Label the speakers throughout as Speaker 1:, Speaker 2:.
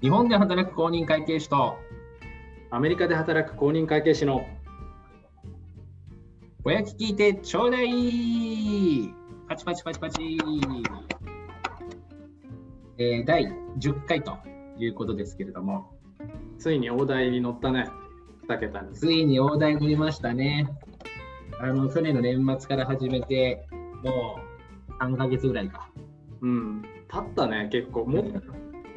Speaker 1: 日本で働く公認会計士と
Speaker 2: アメリカで働く公認会計士の
Speaker 1: おやき聞いてちょうだいパチパチパチパチ、えー、第10回ということですけれども
Speaker 2: ついに大台に乗ったね2桁に
Speaker 1: ついに大台に乗りましたねあの去年の年末から始めてもう3ヶ月ぐらいか
Speaker 2: うん経ったね結構もう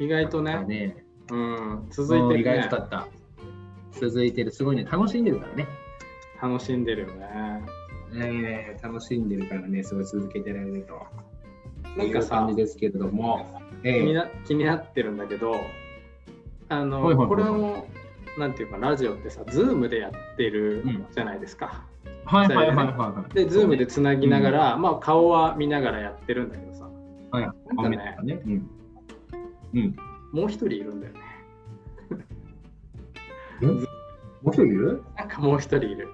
Speaker 2: 意外とね
Speaker 1: ね
Speaker 2: うん続い
Speaker 1: 続いて
Speaker 2: てる
Speaker 1: 意外
Speaker 2: ね
Speaker 1: と経った続いてるすごいね楽しんでるからね
Speaker 2: 楽しんでるよね
Speaker 1: えー、楽しんでるからね、すごい続けてられると。
Speaker 2: ないん
Speaker 1: う
Speaker 2: かさ
Speaker 1: 感じですけれども、え
Speaker 2: 気に
Speaker 1: ー、
Speaker 2: な気になってるんだけどあの、
Speaker 1: はいはいはい
Speaker 2: これをなんていうかラジオってさ Zoom でやってるじゃないですか、
Speaker 1: はいはいはいはいはい。
Speaker 2: で Zoom でつなぎながら、まあ顔は見ながらやってるんだけどさ
Speaker 1: はい
Speaker 2: なんか
Speaker 1: あ
Speaker 2: ね
Speaker 1: 見たね。うん。うん。
Speaker 2: もう一人いるんだよね
Speaker 1: もう一人いる
Speaker 2: なん かもう一人いる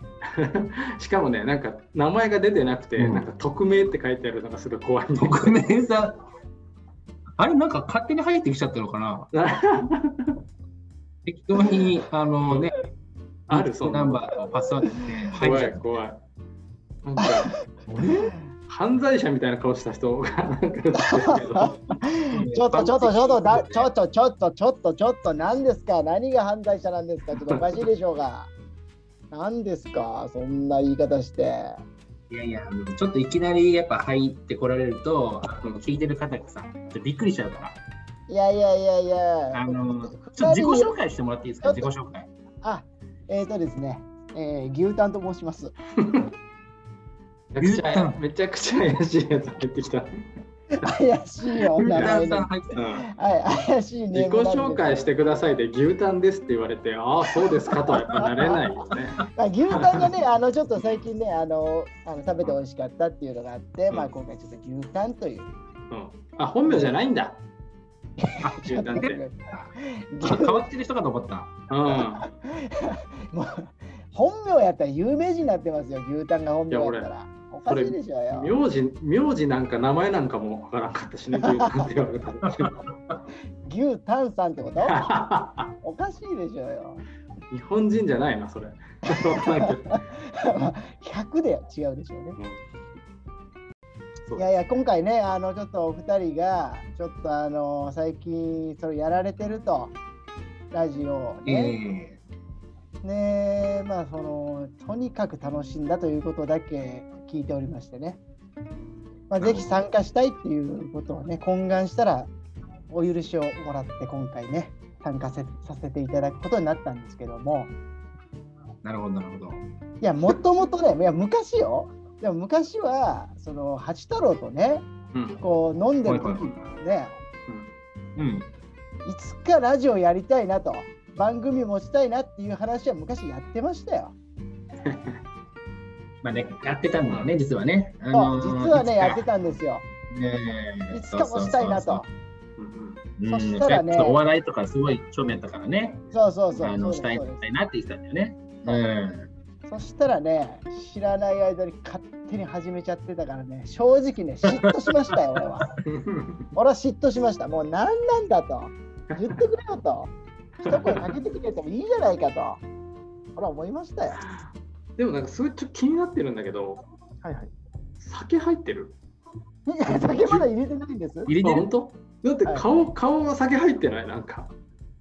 Speaker 2: しかもねなんか名前が出てなくて、
Speaker 1: うん
Speaker 2: なんか匿名って書いてあるのがすごい怖 いんだよ
Speaker 1: 匿名さん。あれ、なんか勝手に入ってきちゃったのかな適当 に、あのね、
Speaker 2: あるそん
Speaker 1: ナ
Speaker 2: な
Speaker 1: ン
Speaker 2: の
Speaker 1: バーとパスワードで入っ
Speaker 2: 怖
Speaker 1: ちゃ
Speaker 2: い
Speaker 1: った。
Speaker 2: 怖いなんか犯罪者みたいな顔した人がなんか映ってるけど
Speaker 3: ちょっとちょっとちょっとだちょっとちょっとちょっとちょっと何ですか何が犯罪者なんですかちょっとおかしいでしょうが 何ですかそんな言い方して
Speaker 1: いやいや、あのちょっといきなりやっぱ入ってこられると、あの聞いてる方がさ、ちょっとびっくりしちゃうから。
Speaker 3: いやいやいやいや
Speaker 1: あの、ちょっと
Speaker 3: 二
Speaker 1: 自己
Speaker 3: 人に
Speaker 1: 紹介してもらっていいですか、自己紹介。
Speaker 3: あえっ、ー、とですね、えー、牛タンと申します
Speaker 2: めちゃくちゃめちゃくちゃ怪しいやつ入ってきた、
Speaker 3: 怪しいよ
Speaker 1: ユ
Speaker 3: 名
Speaker 1: ータ
Speaker 3: 前
Speaker 1: ンさ
Speaker 3: ね
Speaker 1: ん入ってる
Speaker 2: うん
Speaker 3: はい怪しい
Speaker 2: 自
Speaker 3: ね
Speaker 2: 己紹介してくださいで牛タンですって言われてああそうですかとはやっぱなれないよね。
Speaker 3: まあ、牛タンがね、あのちょっと最近ね、あのあの食べて美味しかったっていうのがあって、
Speaker 2: うん
Speaker 3: まあ今回ちょっと牛タンという。
Speaker 2: うん、あ本名じゃないんだ。 牛タンって。うん、
Speaker 1: あ変わってる人かと思った。
Speaker 3: もう本名やったら有名人になってますよ、牛タンが本名やった
Speaker 2: い
Speaker 3: ら。おかしいでしょうよ。
Speaker 2: 名字名字なんか名前なんかもわからなかったしね牛タンって言われたら
Speaker 3: 牛タンさんっ てことおかしいでしょうよ。
Speaker 2: 日本人じゃないなそれ。わかんないけど
Speaker 3: 100で違うでしょうね。
Speaker 2: うんそう
Speaker 3: いやいや、今回ね、あのちょっとお二人が、ちょっとあの最近それやられてると、ラジオを
Speaker 1: え
Speaker 3: ね。
Speaker 1: え
Speaker 3: ねえまあそのとにかく楽しんだということだけ聞いておりましてね、まあ、ぜひ参加したいっていうことをね懇願したらお許しをもらって今回ね参加せさせていただくことになったんですけども
Speaker 1: なるほど、なるほど。
Speaker 3: いやもともとねいや昔よでも昔はその八太郎とね
Speaker 2: うん
Speaker 3: こう飲んでる時
Speaker 1: はいはい
Speaker 3: にね
Speaker 1: うん。
Speaker 3: いつかラジオやりたいなと番組持ちたいなっていう話は昔やってましたよ。
Speaker 1: まあね、やってたんだよね、実はね。あ
Speaker 3: そう
Speaker 1: のー
Speaker 3: 実はねやってたんですよ。
Speaker 1: ね
Speaker 3: いつかもしたいなと。
Speaker 2: うん
Speaker 1: うん
Speaker 3: そしたらね
Speaker 1: やっぱお笑いとかすごい興味あったからね。
Speaker 3: そうそうそう。
Speaker 1: あ
Speaker 3: そう
Speaker 1: の
Speaker 3: です
Speaker 1: したい
Speaker 3: そう
Speaker 1: し
Speaker 3: です
Speaker 1: たいなって言ってたんだよね。うん。
Speaker 3: そしたらね、知らない間に勝手に始めちゃってたからね、正直ね、嫉妬しましたよ、俺は。
Speaker 2: うん
Speaker 3: 俺は嫉妬しました。もう何なんだと。言ってくれよと。一声かけてくれてもいいじゃないかと。俺は思いましたよ。
Speaker 2: でもなんかそれちょっと気になってるんだけど
Speaker 3: はいはい。
Speaker 2: 酒入ってる
Speaker 3: いや、酒まだ入れてないんです。
Speaker 1: 入れ
Speaker 2: あ
Speaker 1: て
Speaker 2: 本
Speaker 1: る
Speaker 2: 当だって顔、顔が酒入ってないなんか。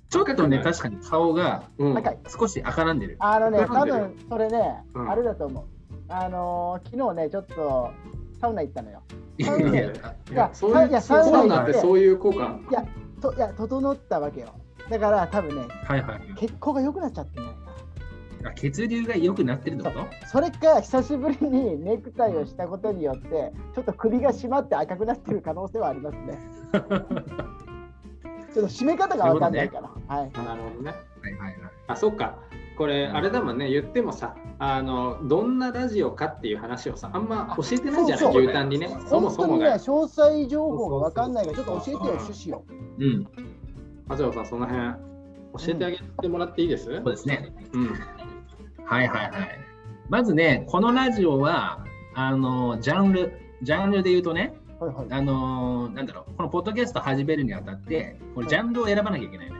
Speaker 1: ちょっとね、
Speaker 2: 赤くない
Speaker 1: 確かに顔が
Speaker 2: うん
Speaker 3: 赤い。
Speaker 1: 少し赤らんでる。
Speaker 3: あのね、
Speaker 2: な
Speaker 3: 多
Speaker 2: んでよ
Speaker 3: 分それね、
Speaker 2: うん
Speaker 3: あれだと思う。あのー昨日ね、ちょっとサウナ行ったのよ。
Speaker 1: いや
Speaker 3: 赤い
Speaker 1: いや
Speaker 2: いやそう
Speaker 3: い
Speaker 2: いう
Speaker 3: や
Speaker 2: サ
Speaker 3: サウナ
Speaker 2: ウナってそういう効果あるの
Speaker 3: いや、といや整ったわけよ。だから多分ね、
Speaker 1: はいはい。
Speaker 3: 血行が良くなっちゃってないか。
Speaker 1: あ血流が良くなってるってこと
Speaker 3: それか久しぶりにネクタイをしたことによってちょっと首が締まって赤くなってる可能性はあります ね。ちょっと締め方がわかんないから。はい。
Speaker 2: あなるほどね。
Speaker 1: はいはいはい。
Speaker 2: あそっかこれあれだもんね言ってもさあのどんなラジオかっていう話をさあんま教えてないじゃない
Speaker 3: そうそう
Speaker 2: 牛タンにねそも
Speaker 3: 本
Speaker 2: そ
Speaker 3: 当
Speaker 2: も
Speaker 3: にね
Speaker 2: が
Speaker 3: 詳細情報がわかんないからちょっと教えてよ
Speaker 2: そうそう
Speaker 3: 趣旨を。
Speaker 1: うん。
Speaker 2: 松尾さんその辺教えてあげてもらっていいです、うん
Speaker 1: そうですね。はいはいはい。まずね、このラジオは、あの、ジャンル、ジャンルで言うとね、
Speaker 3: はいはい。
Speaker 1: あの、なんだろう、このポッドキャスト始めるにあたって、これ、ジャンルを選ばなきゃいけないね。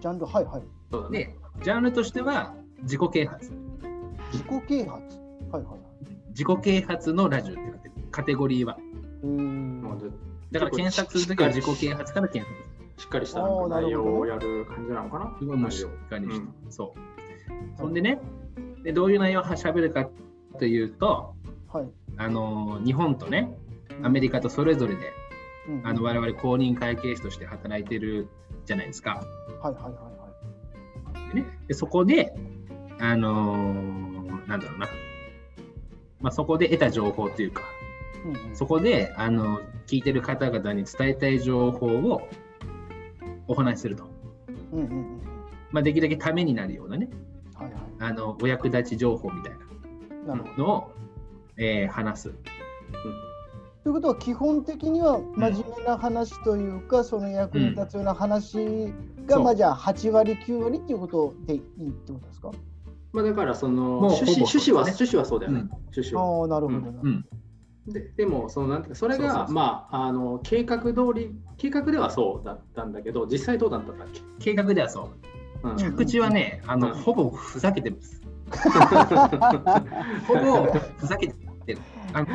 Speaker 3: ジャンル、はいはい。
Speaker 2: そうだね
Speaker 1: で、ジャンルとしては自己啓発。
Speaker 3: 自己啓発。はいはい。
Speaker 1: 自己啓発のラジオってなってるカテゴリーは。
Speaker 3: うーん。
Speaker 2: もう
Speaker 1: だから検索するときは自己啓発から検索する。
Speaker 2: しっかりしたなんか内容をやる感じなのかな
Speaker 1: すごいもうしっかりして、そう。そんでね、でどういう内容を喋るかというと、
Speaker 3: はい。
Speaker 1: あの日本とね、アメリカとそれぞれで、
Speaker 3: うん
Speaker 1: あの我々公認会計士として働いてるじゃないですか。
Speaker 3: はいはいはいはい。
Speaker 1: でね、でそこで、あのーなんだろうな、まあ、そこで得た情報というか、
Speaker 3: うんうん
Speaker 1: そこで、あの聞いてる方々に伝えたい情報をお話しすると、
Speaker 3: うんうんうん。
Speaker 1: まあ、できるだけためになるようなね、
Speaker 3: はいは
Speaker 1: あのお役立ち情報みたい
Speaker 3: い。なるほど。
Speaker 1: なのを、えー話す。
Speaker 3: ということは基本的には真面目な話というか、その役に立つような話が、
Speaker 1: そう
Speaker 3: まあじゃあ8割9割っていうことでいいってことですか
Speaker 2: まあ、だからその
Speaker 1: もう
Speaker 2: 趣旨
Speaker 1: ほぼそうですね
Speaker 2: 趣旨は趣旨はそうだよね、
Speaker 1: うん
Speaker 2: 趣旨は。
Speaker 3: ああなるほど、
Speaker 2: うん
Speaker 1: うん、
Speaker 2: ででもそのなんていうかそれが
Speaker 1: そうそうそう
Speaker 2: まああの計画通り計画ではそうだったんだけど実際どうだったんだっけ？
Speaker 1: 計画ではそう。
Speaker 2: うん
Speaker 3: うん
Speaker 1: 口はね、あの
Speaker 2: うん
Speaker 1: ほぼふざけてます。ほぼふざけてる。あの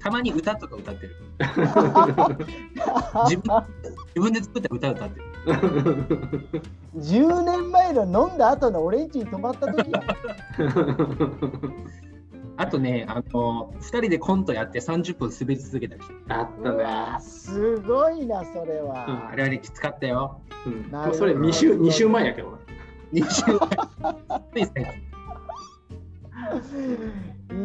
Speaker 1: たまに歌とか歌ってる。自分 自分で作った歌歌ってる。
Speaker 3: 10年前の飲んだ後の俺んちに泊まった時や
Speaker 1: あとね、あの2人でコントやって30分滑り続けたりして
Speaker 2: あっ
Speaker 3: う
Speaker 2: たね。
Speaker 3: わすごいなそれは、
Speaker 1: あれあれきつかったよ。
Speaker 2: うん
Speaker 3: な
Speaker 2: も
Speaker 3: るほど
Speaker 2: うそれ二週二週前やけどな。
Speaker 1: 20つい最近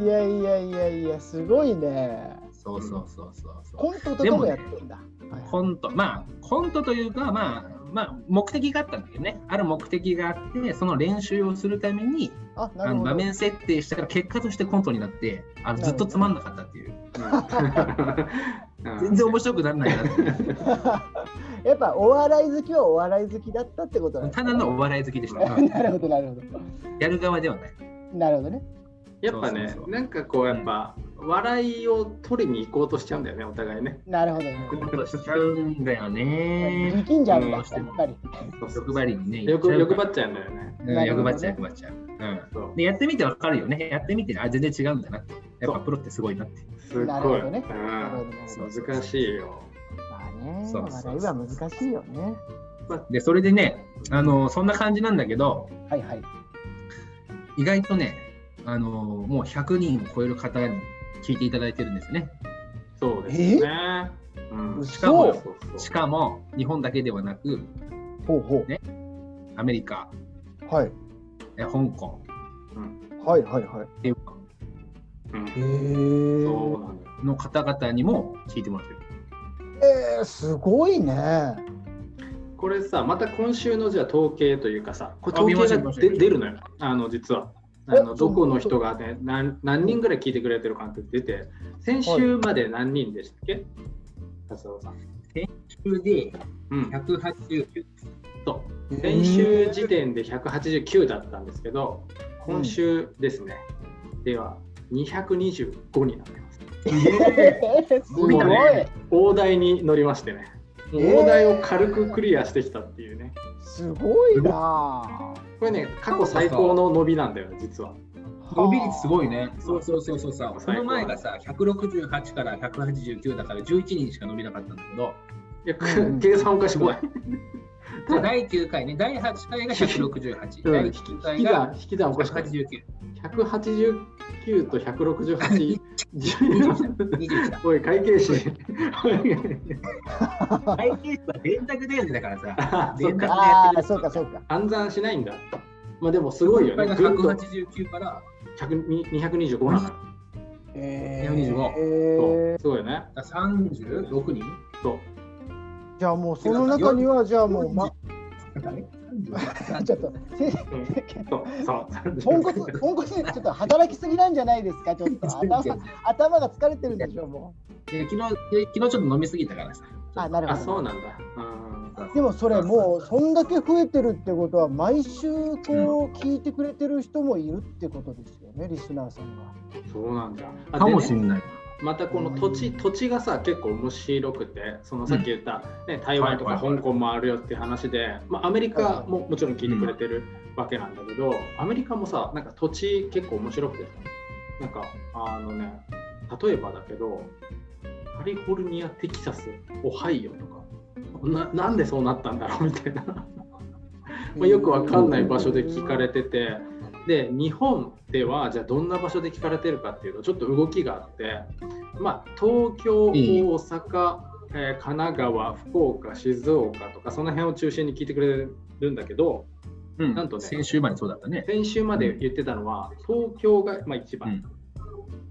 Speaker 3: いやいやいやいやすごいね
Speaker 1: そうそうそうそうそう。
Speaker 3: コントとかもやってんだ、はい
Speaker 1: コント、まあコントというか、まあ、まあ目的があったんだよね。ある目的があって、その練習をするために、
Speaker 3: あな
Speaker 1: あ
Speaker 3: る
Speaker 1: の
Speaker 3: ほ
Speaker 1: 場
Speaker 3: ど
Speaker 1: 面設定したから結果としてコントになって、あのずっとつまんなかったっていう。全然面白くならないなっていう
Speaker 3: やっぱお笑い好きはお笑い好きだったってこと なんです
Speaker 1: た
Speaker 3: ね
Speaker 1: だのお笑い好きでした。
Speaker 3: なるほどなるほど
Speaker 1: やる側ではない。
Speaker 3: なるほどね
Speaker 2: やっぱね
Speaker 1: そうそうそう
Speaker 2: なんかこうやっぱ笑いを取りに行こうとしちゃうんだよねお互いね。
Speaker 3: なるほどね
Speaker 1: ことしちゃうんだよね。
Speaker 3: 力んじゃうんだ
Speaker 1: ど
Speaker 3: やっ
Speaker 1: しても
Speaker 3: ぱり
Speaker 1: 欲張りにね。
Speaker 2: 欲欲張
Speaker 1: っ
Speaker 2: っちゃうんだよね。
Speaker 1: うん欲張っちゃう、欲張っちゃう。うん
Speaker 2: そう
Speaker 1: でやってみてわかるよね。やってみて、あ、全然違うんだなって。やっぱプロってすごいなって。
Speaker 2: すっ
Speaker 3: なる
Speaker 2: ご
Speaker 3: ほ
Speaker 2: い。う
Speaker 3: どねなるほど
Speaker 2: ん
Speaker 3: なるほ
Speaker 1: そう
Speaker 3: ど
Speaker 2: 難しいよ。
Speaker 3: まあね
Speaker 1: そうそうそう
Speaker 3: 笑いは難しいよね
Speaker 1: で、それでね、あの、そんな感じなんだけど、
Speaker 3: はいはい
Speaker 1: 意外とね、あの、もう100人を超える方に聞いていただいてるんですね。
Speaker 2: そうですよね。うん
Speaker 3: 嘘
Speaker 1: しかも
Speaker 2: そうそう
Speaker 1: しかも、日本だけではなく、
Speaker 3: ほうほ
Speaker 1: ねアメリカ、
Speaker 3: うはい
Speaker 1: え香港、
Speaker 3: はいはいはい
Speaker 1: 台
Speaker 2: うん
Speaker 3: へ
Speaker 2: そう
Speaker 3: ー
Speaker 2: なんだよ
Speaker 1: 湾の方々にも聞いてもらってる。
Speaker 3: えー、すごいね
Speaker 2: これさ、また今週のじゃあ統計というかさ、これ
Speaker 1: あ見ま
Speaker 2: 統
Speaker 1: しょう見
Speaker 2: 計が
Speaker 1: ましょう
Speaker 2: で出るのよ、あの実は。あの
Speaker 3: え
Speaker 2: どこの人が、ね、何何人ぐらい聞いてくれてるかって出て、先週まで何人でしたっけ達郎さん。
Speaker 1: それで
Speaker 2: うん、
Speaker 1: 180
Speaker 2: そう先週時点で189だったんですけど、今週ですね、では225になってます。
Speaker 3: えーすごい
Speaker 1: すごいね
Speaker 2: 大台に乗りましてね、もう大台を軽くクリアしてきたっていうね。
Speaker 3: すごいな
Speaker 2: これね、過去最高の伸びなんだよ、実は。
Speaker 1: 伸び率すごいね。
Speaker 2: あ
Speaker 1: そうそうそうそうさ。この前がさ、168から189だから11人しか伸びなかったんだけど、
Speaker 2: いや、
Speaker 3: うん
Speaker 2: 計算おかしくない。
Speaker 1: じゃあ第9回ね、第8回が168、
Speaker 2: うん
Speaker 1: 第9
Speaker 2: 引き
Speaker 1: 回が
Speaker 2: 算、引き算おかしくない。
Speaker 1: 189、
Speaker 2: 189と168。10
Speaker 1: 21だ。
Speaker 2: おい、会計士。おい
Speaker 1: 会計士は電卓だよねだからさ。
Speaker 2: あそ
Speaker 1: 電
Speaker 2: う
Speaker 1: 卓で
Speaker 2: か
Speaker 1: やっ
Speaker 3: あ
Speaker 1: て
Speaker 3: あ
Speaker 1: る。
Speaker 3: そうかそうか
Speaker 2: 暗算しないんだ。まあでもすごいよ
Speaker 1: これ
Speaker 2: ね。
Speaker 1: が
Speaker 2: ぐんと
Speaker 1: 189から、
Speaker 2: 100 225なのよ。
Speaker 3: え
Speaker 1: 125
Speaker 2: そうすごいよね。
Speaker 1: だから36人
Speaker 2: そう。
Speaker 3: じゃあもうその中にはじゃあもうま ちょっとせ
Speaker 2: うんそう。 そう。
Speaker 3: ポンコツポンコツちょっと働きすぎなんじゃないですかちょっ と頭が頭が疲れてるんでしょうも
Speaker 1: で昨日、で昨日ちょっと飲みすぎたからさ。
Speaker 3: うあなる
Speaker 2: あ、
Speaker 3: ほど
Speaker 2: そうなんだ。うん
Speaker 3: でもそれもうそんだけ増えてるってことは毎週こう聞いてくれてる人もいるってことですよねリスナーさんが。
Speaker 2: そうなんだ。あ
Speaker 1: かもし
Speaker 2: でね
Speaker 1: んない。
Speaker 2: またこの土地、土地がさ結構面白くてそのさっき言った、ね、台湾と
Speaker 1: は
Speaker 2: か
Speaker 1: いはいはい
Speaker 2: 香港もあるよっていう話で、まあ、アメリカももちろん聞いてくれてるわけなんだけど、アメリカもさなんか土地結構面白くてなんかあのね例えばだけどカリフォルニアテキサスオハイオとかななんでそうなったんだろうみたいな。まあ、よくわかんない場所で聞かれててで日本ではじゃあどんな場所で聞かれてるかっていうとちょっと動きがあって、まあ、東京大
Speaker 1: いい
Speaker 2: 阪、えー神奈川福岡静岡とかその辺を中心に聞いてくれるんだけど
Speaker 1: うん
Speaker 2: なんとね
Speaker 1: 先週までそうだったね。
Speaker 2: 先週まで言ってたのは東京が、まあ、一番、
Speaker 1: うん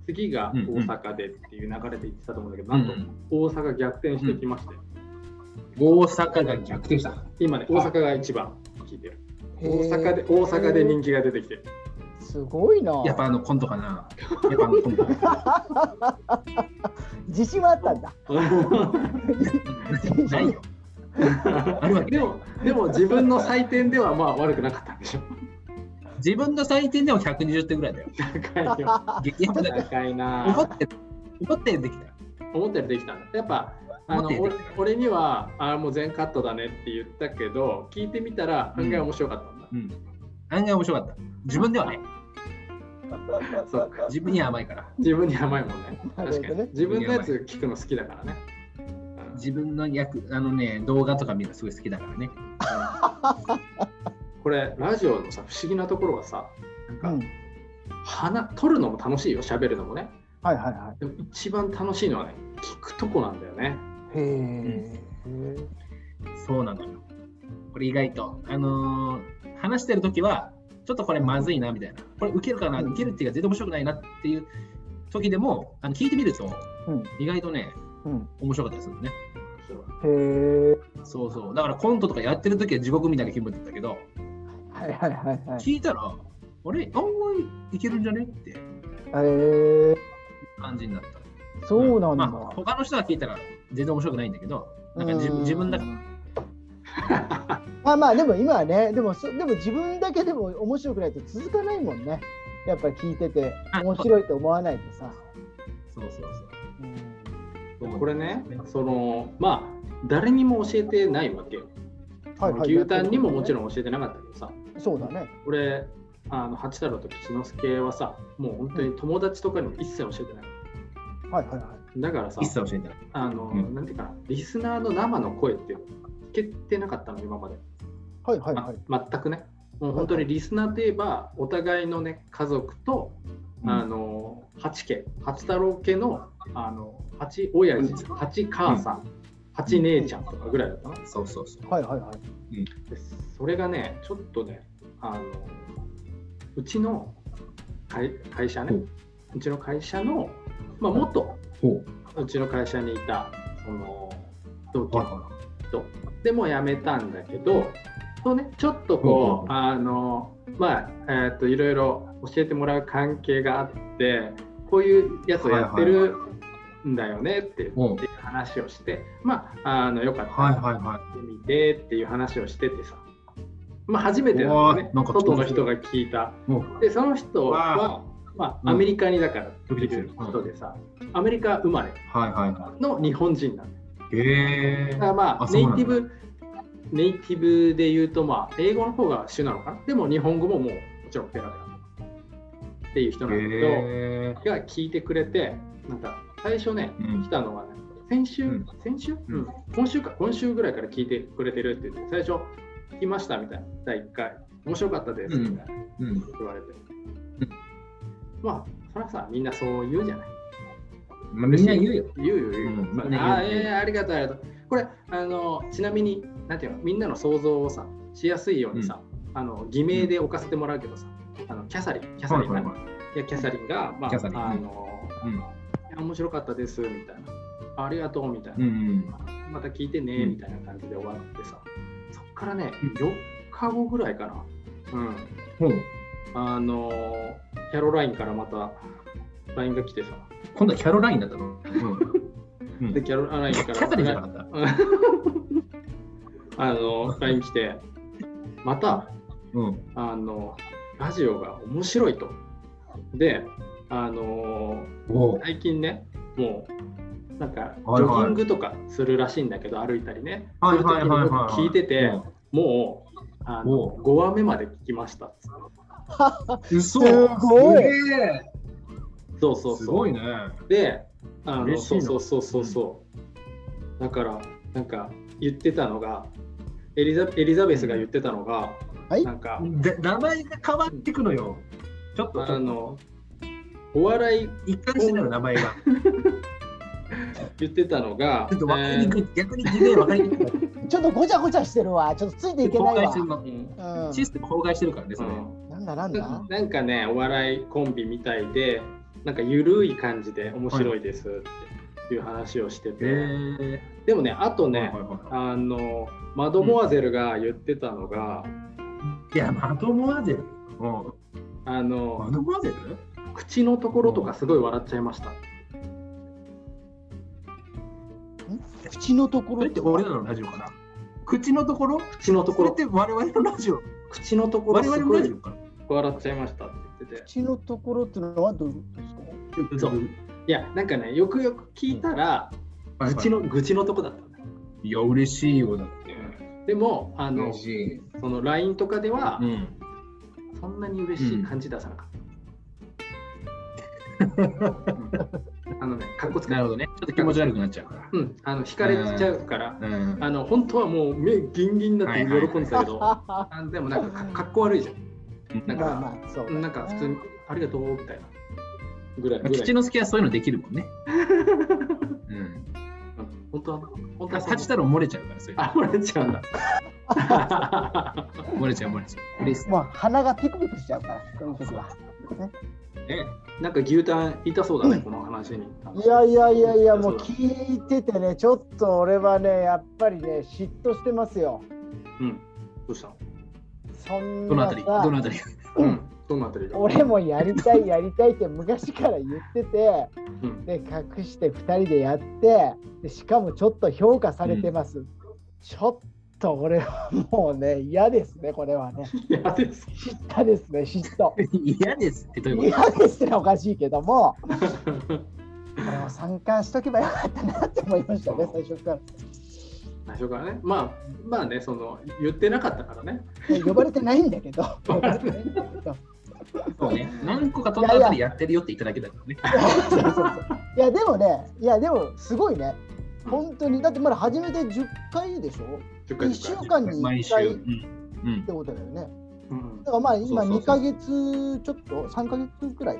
Speaker 2: 次が
Speaker 1: うん
Speaker 2: 大
Speaker 1: うん
Speaker 2: 阪でっていう流れで言ってたと思うんだけど、
Speaker 1: う
Speaker 2: なんと
Speaker 1: ん
Speaker 2: 大阪逆転してきまして、
Speaker 1: 大阪が逆転した。
Speaker 2: 今ね大阪が一番聞いてる
Speaker 3: へー
Speaker 2: 大阪で大阪で人気が出てきて る。
Speaker 3: すごいな。
Speaker 1: やっぱあのコントかな。やっぱあのコント。
Speaker 3: 自信はあったんだ。
Speaker 1: ないよ。あるわけ
Speaker 2: でも、でも自分の採点ではまあ悪くなかったんでしょ。
Speaker 1: 自分の採点でも120点ぐらいだよ。
Speaker 2: 高いよ。
Speaker 1: 激アツだよ。
Speaker 2: 高い
Speaker 1: 思
Speaker 2: な
Speaker 1: っ。て思ったよりできたよ。
Speaker 2: 思ったよりできたんだ。やっぱ、あ
Speaker 1: 思っ
Speaker 2: の
Speaker 1: たより
Speaker 2: 俺
Speaker 1: できた
Speaker 2: 俺には、あもう全カットだねって言ったけど、聞いてみたら案外面白かったんだ。
Speaker 1: うん。案外面白かった。自分ではね、
Speaker 2: そうか。
Speaker 1: 自分には甘いから。
Speaker 2: 自分に甘いもんね。
Speaker 3: なるほ
Speaker 2: 確
Speaker 3: ど
Speaker 2: か
Speaker 3: ね
Speaker 2: に。自分のやつ聞くの好きだからね。うん
Speaker 1: 自分の役、あのね、動画とか見るのすごい好きだからね。
Speaker 2: これ、ラジオのさ、不思議なところはさ、なん
Speaker 3: うん
Speaker 2: か、。花、撮るのも楽しいよ、喋るのもね。
Speaker 3: はいはいは
Speaker 2: でも一番楽しいのはね、聞くとこなんだよね。
Speaker 3: い。へえ。
Speaker 1: そうなのよ。これ意外と。あのー話してるときは、ちょっとこれまずいなみたいな。これ受けるかな、
Speaker 3: うん
Speaker 1: 受けるっていうか全然面白くないなっていう時でも、あの聞いてみると、
Speaker 3: うん
Speaker 1: 意外とね、
Speaker 3: うん。
Speaker 1: 面白かったりするのね。
Speaker 3: へえ。
Speaker 1: そうそう。だからコントとかやってるときは地獄みたいな気分だったけど、
Speaker 3: はいはいはいはい。
Speaker 1: 聞いたら、あれ、案外いけるんじゃねって
Speaker 3: へえ。
Speaker 1: 感じになった。
Speaker 3: そうなんだ。
Speaker 1: まあ、他の人が聞いたら全然面白くないんだけど、なんか自
Speaker 3: う
Speaker 1: 分
Speaker 3: ん
Speaker 1: 自分だ
Speaker 3: まあまあでも今はねでもそでも自分だけでも面白くないと続かないもんねやっぱり聞いてて
Speaker 1: あ
Speaker 3: 面白いと思わないとさ、
Speaker 1: そうそうそう。
Speaker 3: うん
Speaker 2: これね、そのまあ誰にも教えてないわけよ。
Speaker 3: はいはい
Speaker 2: 牛タンにももち
Speaker 3: ん
Speaker 2: ろん教えてなかったけどさ、
Speaker 3: そうだね
Speaker 2: 俺あの八太郎と吉之助はさ、もう本当に友達とかにも一切教えてない。
Speaker 3: はいはいはい
Speaker 2: だからさ
Speaker 1: 一、切教えてない。
Speaker 2: あの、
Speaker 1: うん
Speaker 2: なんていうかな、リスナーの生の声っていうの聞けてなかったの今まで、
Speaker 3: はいはいはい
Speaker 2: ま、全くね。もう本当にリスナーといえばお互いのね家族と、あの八家八太郎家のあの八親父八母さん、八姉ちゃんとかぐらいだったな。
Speaker 1: そうそうそう。
Speaker 3: はいはいはい
Speaker 2: でそれがねちょっとねあのうちの会会社ね、
Speaker 1: う
Speaker 2: うんちの会社の、まあ、元
Speaker 1: ほう。
Speaker 2: うちの会社にいたその同期
Speaker 1: はい
Speaker 2: の人でもう辞めたんだけどと、ね、ちょっとこ
Speaker 1: う
Speaker 2: う、あのまあえっといろいろ教えてもらう関係があってこういうやつをやっ
Speaker 1: は
Speaker 2: て
Speaker 1: い
Speaker 2: るんだよねっていう
Speaker 1: うん
Speaker 2: 話をして、まああのよかったら
Speaker 1: はいはいは
Speaker 2: ってみてっていう話をしててさ、まあ、初めてなんだよね
Speaker 1: うわーなんかちょっと
Speaker 2: 外の人が聞いた
Speaker 1: い。もう
Speaker 2: でその人
Speaker 1: わ
Speaker 2: は、ま
Speaker 1: うん
Speaker 2: あ、アメリカにだから
Speaker 1: ドキドキする
Speaker 2: 人でさ、アメリカ生まれ
Speaker 1: はいはいは
Speaker 2: の日本人なんだよ
Speaker 1: い。へえ
Speaker 2: だからまあ
Speaker 1: あ
Speaker 2: ネ
Speaker 1: そう
Speaker 2: イ
Speaker 1: なんだ
Speaker 2: ティブネイティブで言うとまあ英語の方が主なのかなでも日本語ももうもちろんペラペラっていう人なんだけど、
Speaker 1: へえ。
Speaker 2: が聞いてくれてなんか最初ね
Speaker 1: うん
Speaker 2: 来。たのはね先週、
Speaker 1: うん
Speaker 2: 先週、
Speaker 1: うん
Speaker 2: うん今週か今週ぐらいから聞いてくれてるって言って最初聞きましたみたいな第1回面白かったですみたいな
Speaker 1: うん。
Speaker 2: 言われて、
Speaker 1: うん
Speaker 2: まあそれはさみんなそう言うじゃない
Speaker 1: まあ、みんな言うよ。
Speaker 2: 言うよ言うよ、
Speaker 1: うん
Speaker 2: まあ
Speaker 1: みんな言う
Speaker 2: あーいやいやありがとうありがとうこれあのちなみになんていうのみんなの想像をさしやすいようにさ、あの偽名で置かせてもらうけどさあのキャサリンキャサリン
Speaker 1: は
Speaker 2: が
Speaker 1: い
Speaker 2: ね
Speaker 1: はいはい
Speaker 2: いやキャサリンが、まあ、
Speaker 1: キャサリン
Speaker 2: あの、
Speaker 1: うん
Speaker 2: いや面白かったですみたいなありがとうみたいな、
Speaker 1: うん
Speaker 2: また聞いてね
Speaker 1: うん
Speaker 2: みたいな感じで終わってさ、そっからね
Speaker 1: うん
Speaker 2: 4日後ぐらいかな、うん、
Speaker 1: うん。ほう。
Speaker 2: あのーキャロラインからまた LINE が来てさ
Speaker 1: 今度はキャロラインだったの。うん。うん
Speaker 2: でキャロラインか
Speaker 1: キ
Speaker 2: ら
Speaker 1: ャサリンじゃなかった。
Speaker 2: あのー LINE 来てまた
Speaker 1: うん。
Speaker 2: あのラジオが面白いとであの
Speaker 1: おう
Speaker 2: 最近ねもうなんかジ
Speaker 1: はいはい
Speaker 2: ョギングとかするらしいんだけど、歩いたりね、
Speaker 1: はいはいはいはい
Speaker 2: そういう時に僕聞いてて、もうあの
Speaker 1: お
Speaker 2: 5話目まで聞きました
Speaker 1: 嘘
Speaker 3: すごい
Speaker 1: すげえ
Speaker 2: そうそうそう
Speaker 1: すごいね
Speaker 2: であの
Speaker 1: 嬉しい
Speaker 2: そう
Speaker 1: な
Speaker 2: そうそうそうそう、だからなんか言ってたのがエリザエリザベスが言ってたのが、
Speaker 3: はい
Speaker 2: なんか、
Speaker 1: で名前が変わってくのよちょっと
Speaker 2: あのお笑い
Speaker 1: 一貫してないの名前が
Speaker 2: 言ってたのが
Speaker 1: ちょっと分かり
Speaker 2: え
Speaker 1: にくい、逆に事例分かりにくい
Speaker 3: ちょっとごちゃごちゃしてるわ。ちょっとついていけな
Speaker 1: 崩
Speaker 3: い
Speaker 1: 壊
Speaker 3: わ
Speaker 1: して。るの
Speaker 2: ーうん
Speaker 3: うん
Speaker 1: システム崩壊してるからですね
Speaker 3: なんだなん
Speaker 2: な
Speaker 3: だ
Speaker 2: なんかねお笑いコンビみたいでなんかゆるい感じで面白いですっていう話をしてて、
Speaker 1: へえ
Speaker 2: でもねあとね、
Speaker 1: はいはいはい
Speaker 2: あのマドモアゼルが言ってたのが、
Speaker 1: いやマドモアゼルうん
Speaker 2: あ
Speaker 1: マ
Speaker 2: の
Speaker 1: ドモアゼル
Speaker 2: 口のところとかすごい笑っちゃいました、
Speaker 3: 口のとこ
Speaker 1: それ
Speaker 3: ろ
Speaker 1: って俺らのラジオかな口のところ
Speaker 2: 口のと
Speaker 1: そ
Speaker 2: こ
Speaker 1: れっ
Speaker 2: ろ
Speaker 1: て我々のラジオ
Speaker 2: 口のところ
Speaker 1: 我
Speaker 2: す
Speaker 1: 々の
Speaker 2: ご
Speaker 1: ラジ
Speaker 2: い
Speaker 1: オかな
Speaker 2: 笑っちゃいましたって言ってて
Speaker 3: 口のところってのはどういうことですか
Speaker 2: そういやなんかねよくよく聞いたら、
Speaker 1: はいはい
Speaker 2: 愚痴の愚痴のとこだったんだよ
Speaker 1: いや嬉しいよだって
Speaker 2: でもあの
Speaker 1: 嬉しい
Speaker 2: その LINE とかでは、
Speaker 1: うん
Speaker 2: そんなに嬉しい感じ出さなかった。うんあのね、かっこつか
Speaker 1: な
Speaker 2: な
Speaker 1: るほ
Speaker 2: い。
Speaker 1: どねちょっと気持ち悪くなっちゃうか
Speaker 2: うん、あの、惹かれちゃうから、
Speaker 1: らうん
Speaker 2: あの、本当はもう目ギンギンになって喜んでたけど、
Speaker 3: ま
Speaker 2: あのでもなんかかかっこ悪いじゃなんか
Speaker 3: あまあ、そう。
Speaker 2: ん。なんか普通に、ありがとうみたいな。ぐらい、ぐらい
Speaker 1: 吉。之助はそういうのできるもんねうん
Speaker 2: うん本当は、本当は、
Speaker 1: 立ちたら漏れちゃうからそういうの
Speaker 2: あ、漏れちゃうんだ。
Speaker 1: 漏れちゃう漏れちゃう嬉しい
Speaker 3: まあ、鼻がピクピクしちゃうから、この時は。
Speaker 1: ね
Speaker 2: なんか牛タン痛そうだね、この話に。
Speaker 3: いやいやいやいや、も
Speaker 2: そう
Speaker 3: う
Speaker 2: だ
Speaker 3: 聞いててね、ちょっと俺はね、やっぱりね、嫉妬してますよ。
Speaker 2: うん。どうしたの
Speaker 3: そん
Speaker 1: どのあ
Speaker 3: な
Speaker 1: たりどのあた
Speaker 3: さ、
Speaker 1: り
Speaker 2: うん。どのあたりが
Speaker 3: 俺もやり たいやりたいって昔から言ってて、
Speaker 2: うん。
Speaker 3: で、隠して2人でやって、でしかもちょっと評価されてます。ちょっと俺はもうね、嫌ですね、これはね。
Speaker 2: いやです。
Speaker 3: 嫉妬ですね、嫉妬。
Speaker 1: 嫌ですってどういうこ
Speaker 3: 嫌ですね、おかしいけども。 これを参加しとけばよかったなって思いましたね、最初から。
Speaker 2: 最初からねまあまあねその言ってなかったからね
Speaker 3: 呼ばれてないんだけど。呼ばれてないんだけど
Speaker 1: とそうね何個か飛んだあたりやってるよって言っただけだからね
Speaker 3: そうそうそう いや、でもね、いや、でもすごいね。本当に、だってまだ始めて10回でしょ
Speaker 2: 10
Speaker 3: ?1 週間に
Speaker 1: 毎
Speaker 3: 1
Speaker 1: 週
Speaker 3: 回
Speaker 1: う
Speaker 3: っ
Speaker 1: んうん
Speaker 3: てことだよね。
Speaker 2: うん
Speaker 3: だからまあ今
Speaker 2: そうそうそう
Speaker 3: 2ヶ月ちょっと、3ヶ月くらい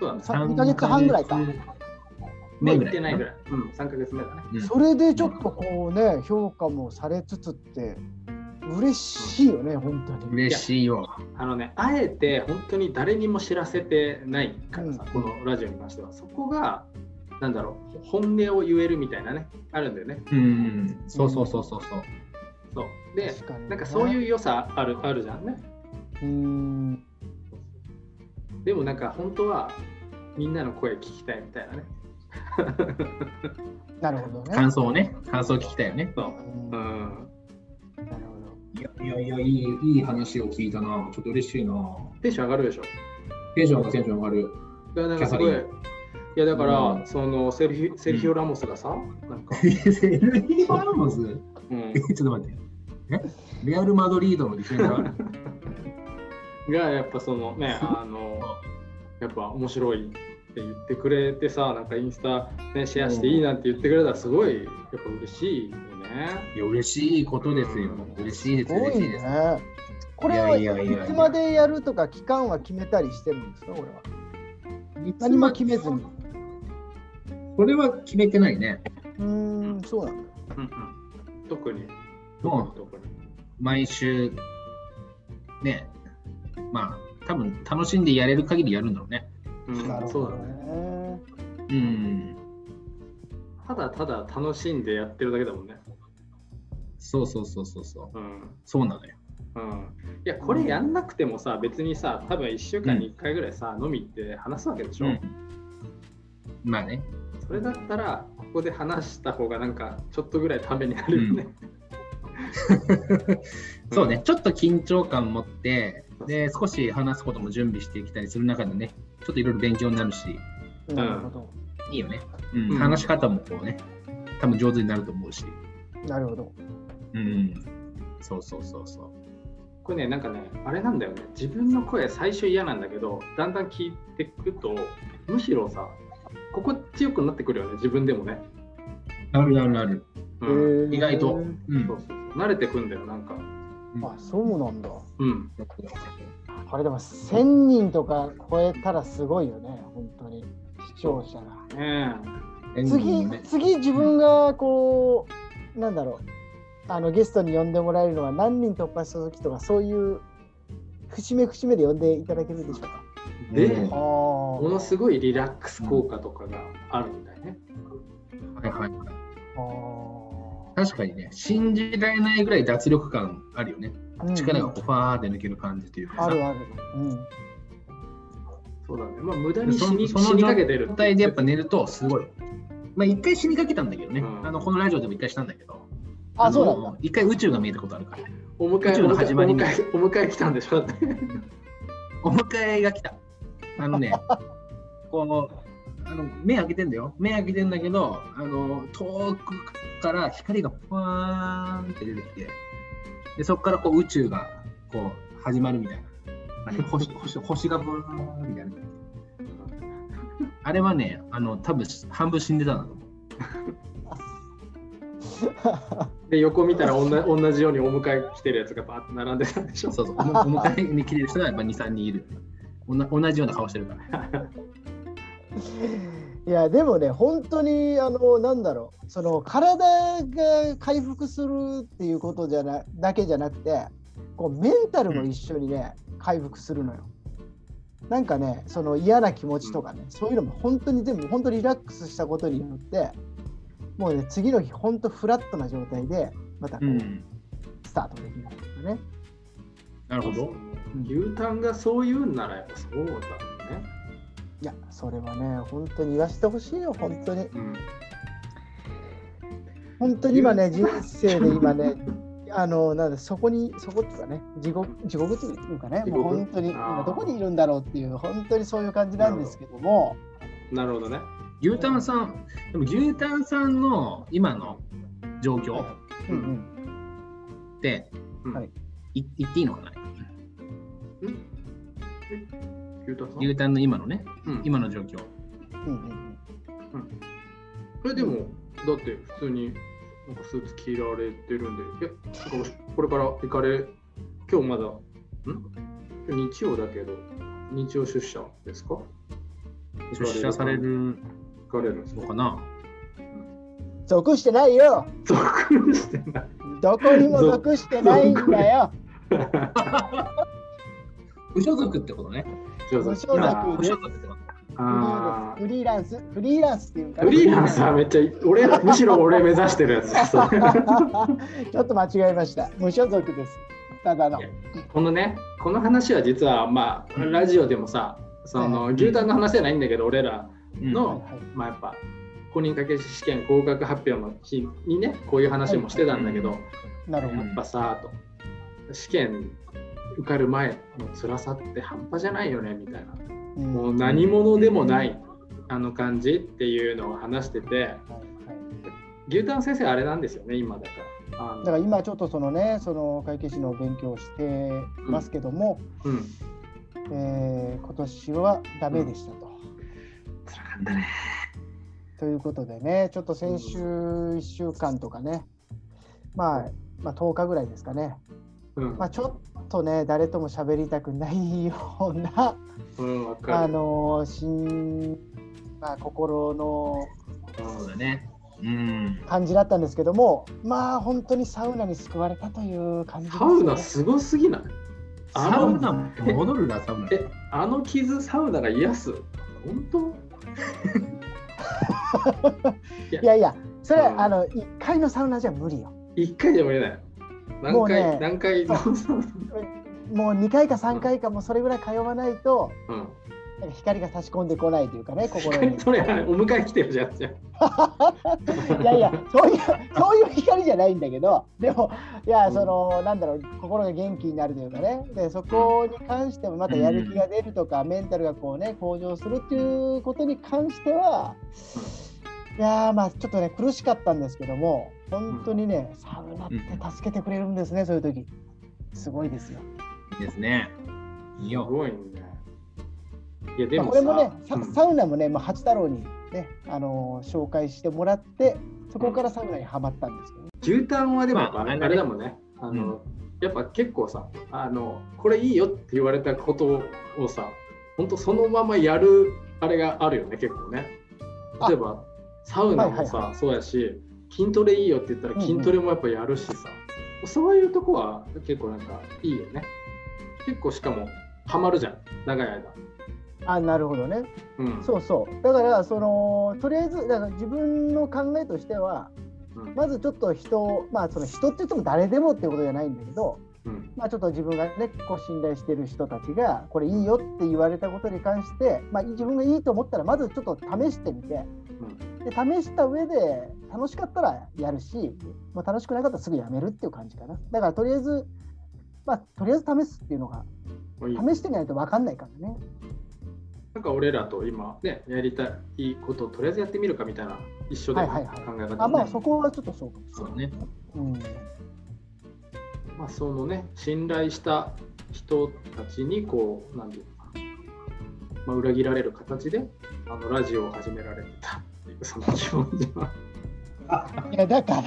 Speaker 2: そうだね
Speaker 3: ?2 ヶ月半ぐらいか。
Speaker 2: もう
Speaker 1: 目ぐ
Speaker 2: 行
Speaker 1: ら
Speaker 2: っ
Speaker 1: い
Speaker 2: て
Speaker 1: か
Speaker 2: な
Speaker 1: ない
Speaker 2: ぐらい、うん、3か月目だね
Speaker 1: うん
Speaker 3: それでちょっとこうね、評価もされつつって、嬉しいよね、本当に。
Speaker 1: 嬉しいよ
Speaker 2: あのねあえて本当に誰にも知らせてないからさ、
Speaker 3: うん
Speaker 2: このラジオに関してはそこがなんだろう本音を言えるみたいなねあるんだよね
Speaker 1: うんそうそうそうそうそう
Speaker 2: そうで
Speaker 3: 確かにね
Speaker 2: なんかそういう良さあるあるじゃんね
Speaker 3: うーん。
Speaker 2: でもなんか本当はみんなの声聞きたいみたいなね
Speaker 3: なるほどね。
Speaker 1: 感想をね感想聞きたいよね
Speaker 2: そう
Speaker 3: う
Speaker 2: う
Speaker 3: んな
Speaker 2: ん
Speaker 3: るほど。
Speaker 1: いやいやいやいいいい話を聞いたなちょっと嬉しいな
Speaker 2: テンション上がるでしょ
Speaker 1: テンションがテンション上がる
Speaker 2: いやなんかすご
Speaker 1: キ
Speaker 2: い
Speaker 1: ャサ
Speaker 2: いやだから、
Speaker 1: うん
Speaker 2: そのセルフィセルヒオ・ラモスがさ、なんか、
Speaker 1: セルヒオ・ラモス
Speaker 2: うん
Speaker 1: え、ちょっと待ってえレアル・マドリードのディフェンダー
Speaker 2: がやっぱそのねあのやっぱ面白いって言ってくれてさなんかインスタ、ね、シェアしていいなんて言ってくれたらすごいやっぱ嬉しいよね。
Speaker 1: いや嬉しいことですよ嬉しいです
Speaker 3: すご
Speaker 1: 嬉
Speaker 3: い
Speaker 1: しいです
Speaker 3: ね。これ
Speaker 1: いやいやいやいや
Speaker 3: はいつまでやるとか期間は決めたりしてるんですか、これは。何も決めずに。う
Speaker 1: これは決めてないね
Speaker 3: ーん、そうなんだ。
Speaker 2: うんうん、特に
Speaker 1: も
Speaker 2: 特に
Speaker 1: う毎週ねまあ多分楽しんでやれる限りやるんだろうね
Speaker 3: な
Speaker 2: う
Speaker 3: る
Speaker 2: ん、そ
Speaker 3: ほ
Speaker 2: う
Speaker 3: ど
Speaker 2: だね。
Speaker 3: ね。
Speaker 1: うん
Speaker 2: ただただ楽しんでやってるだけだもんね。
Speaker 1: そうそうそうそうそう
Speaker 2: うん
Speaker 1: そうなのよ
Speaker 2: うん、いやこれやんなくてもさ別にさ多分1週間に1回ぐらいさ、飲み行って話すわけでしょ、
Speaker 1: まあね
Speaker 2: それだったらここで話した方がなんかちょっとぐらいためになるよね。
Speaker 1: そうね、ちょっと緊張感持ってで少し話すことも準備してきたりする中でねちょっといろいろ勉強になるし、
Speaker 3: うんなるほど。
Speaker 1: いいよね。
Speaker 2: うん
Speaker 1: 話し方もこうね、多分上手になると思うし。
Speaker 3: なるほど。
Speaker 1: うん。そうそうそうそう。
Speaker 2: これねなんかねあれなんだよね自分の声最初嫌なんだけどだんだん聞いてくとむしろさ心地よくなってくるよね自分でもね、
Speaker 1: あるあるある。
Speaker 2: うん
Speaker 3: へー
Speaker 1: 意外とうん
Speaker 2: そうそうそう慣れてくんだよなんか
Speaker 3: あ、そうなんだ。
Speaker 2: うん
Speaker 3: あれでも1000人とか超えたらすごいよね、本当に。視聴者が。
Speaker 2: ね
Speaker 3: 次、次自分がこう、なんだろう、あのゲストに呼んでもらえるのは何人突破した時とか、そういう節目節目で呼んでいただけるでしょうか。
Speaker 2: えで、
Speaker 1: うん
Speaker 3: ああ
Speaker 2: ものす
Speaker 3: ご
Speaker 2: ごいリラックス効果とかがあるんだよね、
Speaker 1: はいはいはい。
Speaker 3: い。
Speaker 1: 確かにね、信じられないぐらい脱力感あるよね。
Speaker 3: うん
Speaker 1: 力がこうファーって抜ける感じというかさ。
Speaker 3: あるある。うん。
Speaker 2: そうだねまあ無駄
Speaker 1: で
Speaker 2: に
Speaker 1: そ
Speaker 2: 死に
Speaker 1: の
Speaker 2: 死
Speaker 1: その
Speaker 2: にかけてる
Speaker 1: 状態でやっぱ寝るとすごい。まあ一回死にかけたんだけどね、
Speaker 2: うん
Speaker 1: あのこのラジオでも一回したんだけど、
Speaker 3: あ、そうなん
Speaker 1: の
Speaker 3: だ。
Speaker 1: 一回宇宙が見えたことあるから、
Speaker 2: お迎
Speaker 1: 宇
Speaker 2: え
Speaker 1: 宙
Speaker 2: お
Speaker 1: の
Speaker 2: 迎
Speaker 1: 始まりに
Speaker 2: えお迎えお迎え来たんでしょだって
Speaker 1: お迎えが来た。あの ね、このあの目開けてんだよ。目開けてんだけど、あの遠くから光がパーンって出てきて、でそこからこう宇宙がこう始まるみたいな。あれ星星星がブーンみたいな。あれはね、あの多分半分死んでたんだと思う。
Speaker 2: で横見たらおんな同じようにお迎え来てるやつがバーって並んでたんでしょ
Speaker 1: そうそう、おお迎えに来てる人がやっぱ2、3人いる。おな同じような顔してるから。
Speaker 3: いやでもね本当にあのなんだろうその体が回復するっていうことじゃなだけじゃなくてこうメンタルも一緒にね、回復するのよ。なんかねその嫌な気持ちとかね、そういうのも本当に全部本当にリラックスしたことによってもうね次の日本当フラットな状態でまた
Speaker 1: う
Speaker 3: こう、
Speaker 1: ん。
Speaker 3: スタートできるんですよね。
Speaker 1: なるほど。
Speaker 2: 牛タンがそう言うんならやっぱそうだね
Speaker 3: いやそれはね本当に言わせてほしいよ本当に。
Speaker 2: うん
Speaker 3: 本当に今ね、人生で今ね、あの、なんだ、そこに、そこっていうかね、地獄、地獄っていうかね、
Speaker 2: 地
Speaker 3: もう
Speaker 2: 獄
Speaker 3: 本当に、
Speaker 2: あー
Speaker 3: 今どこにいるんだろうっていう、本当にそういう感じなんですけども、
Speaker 2: なるほどね
Speaker 1: 牛タンさん、でも牛タンさんの今の状況っ
Speaker 3: うんうん、
Speaker 1: て、
Speaker 2: うん
Speaker 3: はい
Speaker 1: い言っていいのかな
Speaker 2: 牛タンさん
Speaker 1: 牛タンの今のね、
Speaker 2: うん
Speaker 1: 今の状況。
Speaker 3: うんうん
Speaker 2: これでもだって普通になんかスーツ着られてるんでえなんかこれから行かれ今日まだん今日日曜だけど日曜出社ですか
Speaker 1: 出社される
Speaker 2: 行かれるんですか
Speaker 1: のかな
Speaker 3: うん。属してないよ
Speaker 2: 属してない
Speaker 3: どこにも属してないんだよ
Speaker 1: 無所属ってことね。
Speaker 2: 所属
Speaker 3: 無所属
Speaker 2: あ
Speaker 1: 無所属ってこ
Speaker 3: フ
Speaker 2: ー
Speaker 3: リーですフリーランス、フリーランスっていうか、
Speaker 2: フリーランスはめっちゃい俺むしろ俺目指してるやつです
Speaker 3: ちょっと間違えました。無所属です。ただの。
Speaker 2: このねこの話は実はまあラジオでもさその牛タンの話じゃないんだけど俺ら
Speaker 1: と。うん
Speaker 2: の
Speaker 3: はい
Speaker 2: まあやっぱ公認掛け試験合格発表の日にねこういう話もしてたんだけど、
Speaker 1: はい
Speaker 3: なるほど
Speaker 2: やっぱさと試験受かる前の辛さって半端じゃないよねみたいな。
Speaker 3: うん
Speaker 2: も
Speaker 3: は
Speaker 2: う何者でもないあの感じっていうのを話してて
Speaker 3: いはい
Speaker 2: 牛タン先生あれなんですよね今だから。あの
Speaker 3: だから今ちょっとそのねその会計士の勉強をしてますけども、
Speaker 2: うん
Speaker 3: えー今年はダメでしたと。
Speaker 1: 辛かったね。
Speaker 3: ということでねちょっと先週1週間とかね、まあ、まあ10日ぐらいですかね、
Speaker 2: うん
Speaker 3: まあ、ちょっとね誰とも喋りたくないような
Speaker 2: うん、わか
Speaker 3: あ
Speaker 2: る。
Speaker 3: の心まあ、心の
Speaker 1: そうだね。うん。
Speaker 3: 感じだったんですけどもまあ本当にサウナに救われたという感じです
Speaker 2: サ
Speaker 3: よね
Speaker 2: ウナすごすぎないあ
Speaker 1: サウ
Speaker 2: の
Speaker 1: ナも戻るな、サウナ。
Speaker 2: え、あの傷サウナが癒す本当
Speaker 3: いやいやそれは、
Speaker 2: うん
Speaker 3: あの1回のサウナじゃ無理よ。
Speaker 2: 一回でも言えない。
Speaker 3: も
Speaker 2: 何
Speaker 3: う
Speaker 2: 回、
Speaker 3: ね
Speaker 2: 何回
Speaker 3: そうもう2回か3回かもうそれぐらい通わないと
Speaker 2: うん。
Speaker 3: なんか光が差し込んでこないというかね、心に
Speaker 2: 光。 それはねお迎え来てるじゃんじゃん
Speaker 3: いやいや、そういう、そういう光じゃないんだけど、でも、いや、
Speaker 2: うん
Speaker 3: その、なんだろう、心が元気になるというかね、で、そこに関しても、またやる気が出るとか、メンタルがこうね、向上するっていうことに関しては、いやーまあ、ちょっとね、苦しかったんですけども、本当にね、サウナって助けてくれるんですね、そういう時すごいですよ。
Speaker 1: ですね。いい
Speaker 2: す
Speaker 1: よ。
Speaker 2: ごいねいやで
Speaker 3: まあ、
Speaker 2: も
Speaker 3: こ
Speaker 2: さ
Speaker 3: れもね、サ
Speaker 2: うん
Speaker 3: サウナもね、まあ、八太郎にね、あのー紹介してもらって、そこからサウナにはまったんですけどね、
Speaker 2: 牛タンはでもやっぱ
Speaker 1: まあ
Speaker 2: あ
Speaker 1: あれ
Speaker 2: れ
Speaker 1: だね
Speaker 2: あれだもんね、あのやっぱ結構さあの、これいいよって言われたことをさ、本当そのままやるあれがあるよね、結構ね。
Speaker 3: あ
Speaker 2: 例えば、サウナも
Speaker 3: はいは
Speaker 2: さ、そうやし、筋トレいいよって言った
Speaker 3: うんう
Speaker 2: ら
Speaker 3: ん
Speaker 2: 筋トレもやっぱやるしさ、そういうとこは結構なんかいいよね。結構しかも、ハマるじゃん、長い間。
Speaker 3: あなるほどね。
Speaker 2: うん、
Speaker 3: そうそうだからそのとりあえずだから自分の考えとしては
Speaker 2: うん
Speaker 3: まずちょっと人をまあその人って言っても誰でもってことじゃないんだけど、
Speaker 2: うん
Speaker 3: まあ、ちょっと自分がねこう信頼してる人たちがこれいいよって言われたことに関して、まあ、自分がいいと思ったらまずちょっと試してみてで試した上で楽しかったらやるし、まあ、楽しくなかったらすぐやめるっていう感じかなだからとりあえずまあとりあえず試すっていうのが
Speaker 2: もういい
Speaker 3: 試してみないと分かんないからね
Speaker 2: なんか俺らと今、ね、やりたいことをとりあえずやってみるかみたいな一緒で考
Speaker 3: はい
Speaker 2: え
Speaker 3: はいはい
Speaker 2: 方ね
Speaker 3: あまあそこはちょっとそうかもし
Speaker 1: そうね。
Speaker 3: れない、
Speaker 2: まあ、そのね信頼した人たちにこうなんていうのかな、まあ、裏切られる形であのラジオを始められてたっていうその気持ちは、
Speaker 3: うん、いやだから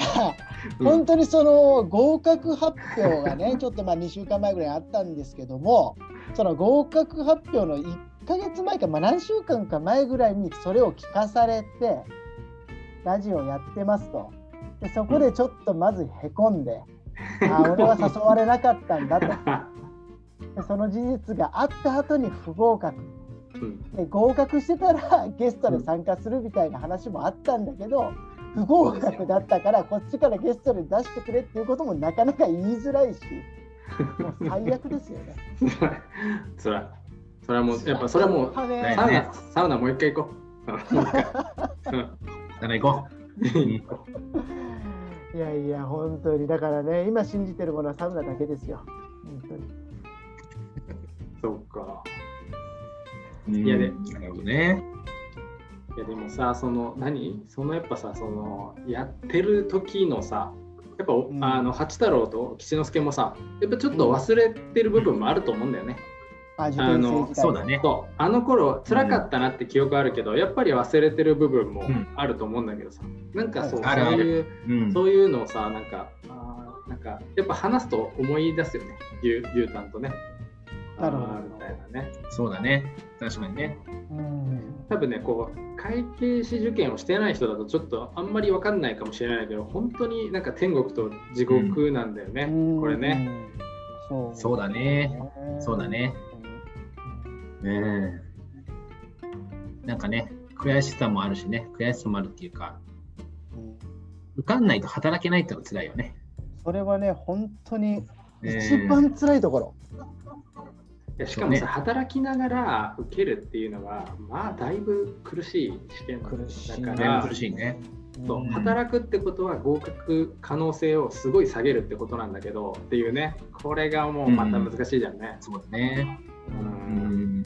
Speaker 2: うん
Speaker 3: 本当にその合格発表 がねちょっとまあ2週間前ぐらいにあったんですけどもその合格発表の1ヶ月前か、まあ、何週間か前ぐらいにそれを聞かされてラジオやってますとでそこでちょっとまずへこ んで。あー俺は誘われなかったんだとでその事実があった後に不合格
Speaker 2: うん
Speaker 3: で合格してたら ゲストで参加するみたいな話もあったんだけど不合格だったからこっちからゲストで出してくれっていうこともなかなか言いづらいしもう最悪ですよね。
Speaker 2: つらいそれはもう やっぱそれはもう
Speaker 3: あ
Speaker 2: サ
Speaker 3: ね
Speaker 2: ウナサウナもう一回行こうもう一回うん
Speaker 1: さら行こ
Speaker 3: いやいや本当にだからね今信じてるものはサウナだけですよ。本当に
Speaker 2: そうか
Speaker 1: う。うん
Speaker 2: いやね
Speaker 1: なるほどね。
Speaker 2: いやでもさその何そのやっぱさそのやってる時のさやっぱ、お
Speaker 3: うん
Speaker 2: あの八太郎と吉之助もさやっぱちょっと忘れてる部分もあると思うんだよね。
Speaker 3: あ受
Speaker 2: あ
Speaker 3: 験生
Speaker 2: の
Speaker 3: 時代
Speaker 1: そうだね。
Speaker 2: そうあの頃辛かったなって記憶あるけど、やっぱり忘れてる部分も
Speaker 1: うん
Speaker 2: あると思うんだけどさ、なんかそう,、
Speaker 1: あるあ
Speaker 2: そう
Speaker 1: る
Speaker 2: いう
Speaker 1: うん。
Speaker 2: そういうのをさなんかあーなんかやっぱ話すと思い出すよねゆうゆうたんとね。
Speaker 3: なるほど
Speaker 2: あーみたいなね。
Speaker 1: そうだね。確かにね。
Speaker 3: うん
Speaker 2: 多分ねこう会計士受験をしてない人だとちょっとあんまり分かんないかもしれないけど本当になんか天国と地獄なんだよね、
Speaker 3: うん
Speaker 2: これね、
Speaker 3: そう
Speaker 1: そうだね。そうだね。うん。なんかね、悔しさもあるしね、悔しさもあるっていうか、
Speaker 3: うん
Speaker 1: 受かんないと働けないってのは辛いよね。
Speaker 3: それはね本当に
Speaker 1: え
Speaker 3: 一
Speaker 1: ー
Speaker 3: 番辛いところ。
Speaker 2: いやしかもさ、
Speaker 1: そうね
Speaker 2: 働きながら受けるっていうのはまあだいぶ苦しい試験
Speaker 3: 苦しい
Speaker 2: だか
Speaker 1: だい
Speaker 2: ら
Speaker 1: ぶ苦しいね。
Speaker 2: そう
Speaker 1: うん
Speaker 2: 働くってことは合格可能性をすごい下げるってことなんだけどっていうねこれがもうまた難しいじゃんね、
Speaker 1: そうだね。う
Speaker 2: う
Speaker 1: んん。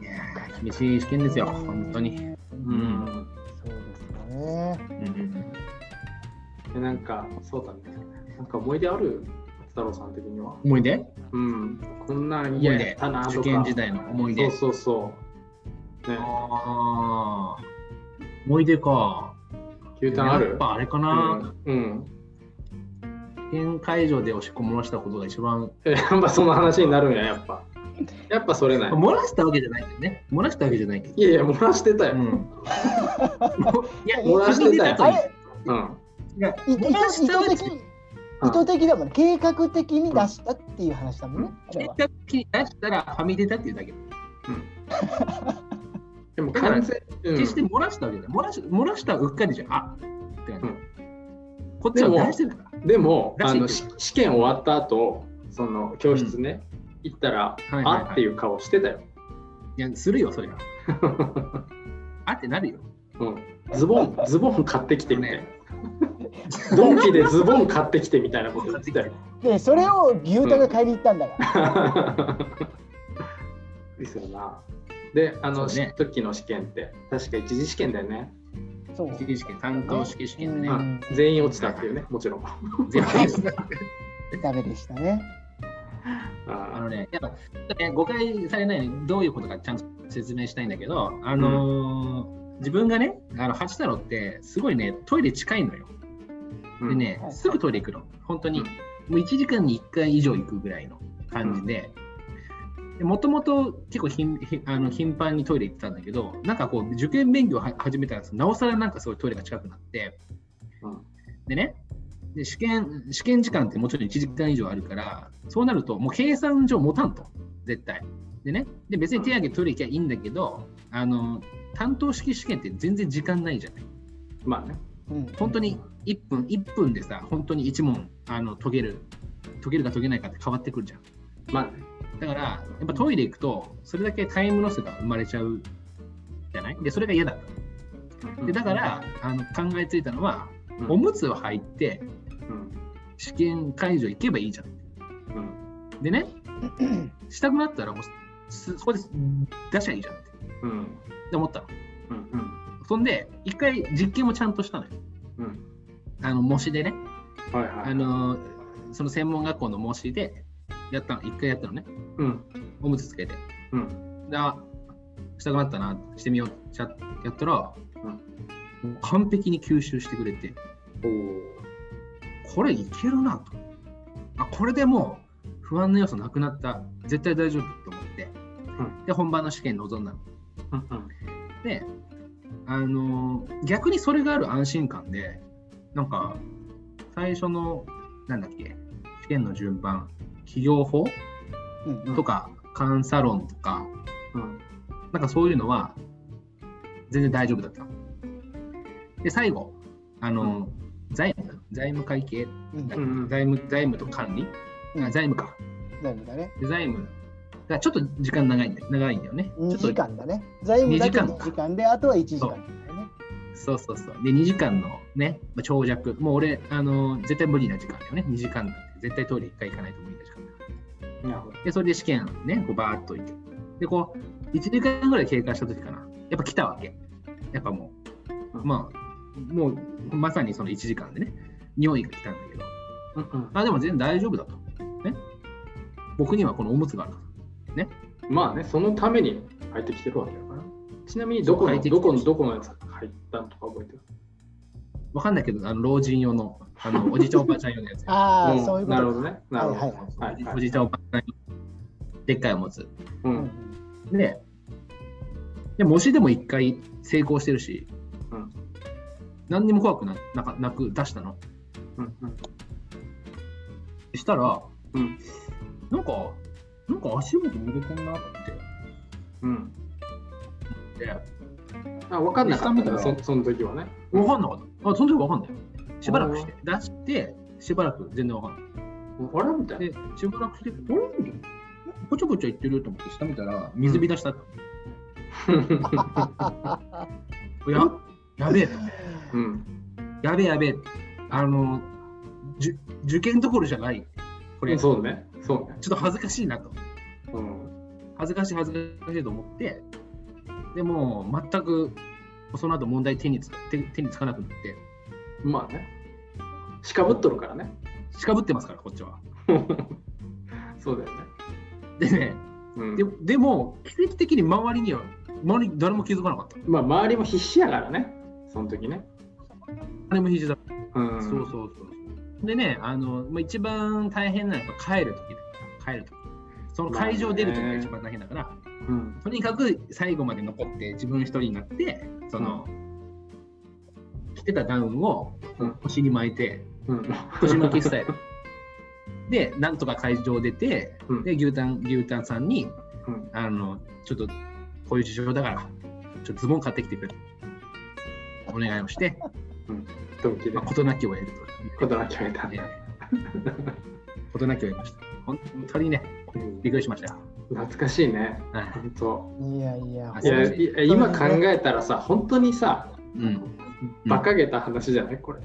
Speaker 1: いやー厳しい試験ですよ、本当に。
Speaker 3: うん
Speaker 2: うん
Speaker 3: そうですね。
Speaker 1: うん。
Speaker 2: でなんかそうだねなんか思い出ある太郎さん的には
Speaker 1: 思い出
Speaker 2: うん、こんなん
Speaker 1: 思
Speaker 2: 嫌
Speaker 1: い
Speaker 2: やっ
Speaker 1: 出
Speaker 2: たなと。か
Speaker 1: 受験時代の思い出。
Speaker 2: そうそうそうね
Speaker 1: ああ。思い出か。
Speaker 2: 牛タンあ
Speaker 1: やっ
Speaker 2: る
Speaker 1: ぱあれか
Speaker 2: う
Speaker 1: な。
Speaker 2: ん、うん、
Speaker 1: 試験会場でおしっこ漏らしたことが一番。
Speaker 2: やっぱその話になるんややっぱやっぱそれない
Speaker 1: 漏らしたわけじゃないけどね。漏らしたわけじゃないけど。
Speaker 2: いやいや漏らしてた
Speaker 1: う
Speaker 2: よ、
Speaker 1: ん。いや、
Speaker 3: 漏
Speaker 2: らしてたよ
Speaker 1: と
Speaker 2: は
Speaker 3: あ
Speaker 1: い
Speaker 2: い
Speaker 1: い
Speaker 3: れ
Speaker 2: うん
Speaker 1: や
Speaker 3: い意図
Speaker 1: 漏らし
Speaker 3: 意
Speaker 1: た
Speaker 3: 図
Speaker 1: は
Speaker 3: 的意図的だもんね。計画的に出したっていう話だもんね。あれ
Speaker 1: 計画
Speaker 3: は
Speaker 1: に出したらはみ出たっていうだけ。
Speaker 2: でも完全うん
Speaker 1: 決して漏らしたわけじゃない。漏らし漏らしたはうっかりじゃん。あって感じ
Speaker 2: うん
Speaker 1: こっちは出してるから。
Speaker 2: でも
Speaker 1: らし
Speaker 2: あ
Speaker 1: い
Speaker 2: のし試験終わった後その教室ね、行った
Speaker 1: は
Speaker 2: ら、
Speaker 1: いはいはい
Speaker 2: あっていう顔してたよ
Speaker 1: いや、するよ、そりゃ。あってなるよ。
Speaker 2: うん、ズ ボン、ズボン買ってきてみたいな。 ドンキでズボン買ってきてみたいなこと言ってたよ。
Speaker 3: で、それを牛太が買いに行ったんだから。
Speaker 2: ですよな。で、あの、
Speaker 1: そうね
Speaker 2: 時の試験って、確か一次試験だよね。
Speaker 3: そう。
Speaker 1: 一次試験、担当試験試験で
Speaker 3: う
Speaker 1: ね、
Speaker 3: ん
Speaker 2: うん全員落ちたっていうね、もちろん。
Speaker 1: 全部。
Speaker 3: ダメでしたね。
Speaker 1: あ
Speaker 2: あ
Speaker 1: のね、やっぱちょっとね誤解されないようにどういうことかちゃんと説明したいんだけど、あのー自分がね、あの八太郎ってすごいね、トイレ近いのよ。
Speaker 2: ー
Speaker 1: で、ね、
Speaker 3: はい
Speaker 1: すぐトイレ行くの、本当に、
Speaker 2: うん
Speaker 1: もう1時間に1回以上行くぐらいの感じで、もともと結構ひんひあの頻繁にトイレ行ってたんだけど、なんかこう、受験勉強は始めたら、なおさらなんかすごいトイレが近くなって、
Speaker 2: うん
Speaker 1: でね、で試験試験時間ってもちろん1時間以上あるから、そうなると、もう計算上持たんと、絶対。でね、で別に手挙げてトイレ行きゃいいんだけど、あの担当式試験って全然時間ないじゃん。
Speaker 2: まあね。
Speaker 3: うん、
Speaker 1: 本当に1分1分でさ本当に1問あの解ける解けるか解けないかって変わってくるじゃん
Speaker 2: まあね。
Speaker 1: だからやっぱトイレ行くとそれだけタイムロスが生まれちゃうじゃないでそれが嫌だったでだからあの考えついたのは
Speaker 2: うん、
Speaker 1: おむつを履いて
Speaker 2: うん
Speaker 1: 試験会場行けばいいじゃん
Speaker 2: うん
Speaker 1: で ねしたくなったらもうすそこで出しゃいいじゃんって
Speaker 2: うん
Speaker 1: 思ったの
Speaker 2: うんうん
Speaker 1: そんで一回実験もちゃんとしたのよ
Speaker 2: うん
Speaker 1: あの模試でね
Speaker 2: はいは
Speaker 1: あ
Speaker 2: い。
Speaker 1: のその専門学校の模試でやったの一回やったのね
Speaker 2: うん
Speaker 1: おむつつけて
Speaker 2: うん
Speaker 1: であしたくなったなしてみようちゃやったら、もう完璧に吸収してくれて
Speaker 2: お
Speaker 1: これいけるなとあこれでもう不安な要素なくなった絶対大丈夫と思って、
Speaker 2: う
Speaker 1: で本番の試験に臨んだの
Speaker 2: ーうんうん
Speaker 1: であのー逆にそれがある安心感でなんか最初のなんだっけ試験の順番企業法
Speaker 3: うんうん
Speaker 1: とか監査論とか
Speaker 2: うん
Speaker 1: なんかそういうのは全然大丈夫だった。で、最後、あの、財務、財務会計、
Speaker 3: うん
Speaker 1: 財
Speaker 2: うんうん
Speaker 1: 務、財務と管理、
Speaker 3: うん
Speaker 1: あ財務か。
Speaker 3: 財務だね。
Speaker 1: で財務がちょっと時間長いんだ長いんだよね。
Speaker 3: 2
Speaker 1: ちょ
Speaker 3: 時
Speaker 1: っと
Speaker 3: 間だね。財務だけ
Speaker 1: 二時間
Speaker 3: 2
Speaker 1: か
Speaker 3: 時間で、あとは1時間だよね。。
Speaker 1: そうそうそう。で、2時間のね、まあ長尺、もう俺、あの、絶対無理な時間だよね。2時間なんて、絶対トイレ1回行かないと無理な時間だから
Speaker 2: なるほど。
Speaker 1: で、それで試験ね、こうバーっといて。で、こう、1時間ぐらい経過した時かな。やっぱ来たわけ。やっぱもう、
Speaker 2: うん
Speaker 1: まあ、もう、まさにその1時間でね、匂いが来たんだけど、
Speaker 2: うんうん
Speaker 1: あ、でも全然大丈夫だと。ね。僕にはこのおむつがあるから。
Speaker 2: まあね、そのために入ってきてるわけだから。ちなみにどこ
Speaker 1: そう入っ
Speaker 2: の
Speaker 1: てきて
Speaker 2: ど
Speaker 1: る
Speaker 2: このどこのやつ入ったのとか覚えてる
Speaker 1: わかんないけど、あの老人用の、あ の、おじいちゃんおばあちゃん用のやつ
Speaker 3: あ
Speaker 2: う
Speaker 3: あ、
Speaker 2: ん
Speaker 3: そういうこ
Speaker 2: なる
Speaker 3: と
Speaker 2: ほどね。なるほ
Speaker 3: は
Speaker 2: ど。
Speaker 3: いはい
Speaker 2: はいはい
Speaker 1: おじいちゃんおばあちゃん用のでっかいおむつ。
Speaker 2: う
Speaker 3: うんん
Speaker 1: で、で模試でも1回成功してるし、
Speaker 2: うん
Speaker 1: 何にも怖くななかなく出したの。
Speaker 2: うんうん
Speaker 1: したら、
Speaker 2: うん
Speaker 1: なんか、なんか足元濡れてんなと思
Speaker 2: うん。
Speaker 1: って。
Speaker 2: あ、分かんなかった
Speaker 1: 下見
Speaker 2: な、
Speaker 1: たら
Speaker 2: そその時はね。
Speaker 1: 分かんなかった。あ、その時分かんないよ。しばらくして、出して、しばらく全然分かんな
Speaker 2: あれみたい
Speaker 1: い。で、しばらくして、どれぽちょぽちょいってると思って下見たら、水浸した。
Speaker 2: な。
Speaker 1: ややべえ、
Speaker 2: うん。
Speaker 1: やべえやべえ。あの、じゅ受験どころじゃない。これ、ちょっ
Speaker 2: そうね。そうね。
Speaker 1: と恥ずかしいなと。
Speaker 2: うん。
Speaker 1: 恥ずかしい恥ずかしいと思って、でもう全くその後問題手につ手手につかなくなって、
Speaker 2: まあね。しかぶっとるからね。
Speaker 1: しかぶってますから、こっちは。
Speaker 2: そうだよね。
Speaker 1: でね、
Speaker 2: うん
Speaker 1: ででも奇跡的に周りには周り誰も気づかなかった
Speaker 2: まあ、周りも必死やからね。その時ね。
Speaker 1: 誰も必死だ、
Speaker 2: うん。
Speaker 1: そうそうそうでねあの、まあ、一番大変なのはやっぱ帰る時だから帰る時その会場出る時が一番大変だから、
Speaker 2: うん。
Speaker 1: とにかく最後まで残って自分一人になってその、着てたダウンを
Speaker 2: うん
Speaker 1: 腰に巻いて
Speaker 2: うん。
Speaker 1: 腰巻きスタイルでなんとか会場出て
Speaker 2: うん
Speaker 1: で牛タン牛タンさんに
Speaker 2: うん
Speaker 1: あのちょっとこういう事情だからちょっとズボン買ってきてくれお願いをして、
Speaker 2: ドンキで
Speaker 1: まあ、。事なきを得る
Speaker 2: こととなきを得た
Speaker 1: え。え事なきを得ました本当にねびっくりしましたよ
Speaker 2: 懐かしいね。
Speaker 1: はい
Speaker 2: 本当。
Speaker 3: いやいや
Speaker 1: は、
Speaker 2: いや、
Speaker 1: そう
Speaker 2: いや今考えたらさ、本当にさ、
Speaker 1: うん、
Speaker 2: 馬鹿げた話じゃないこれ。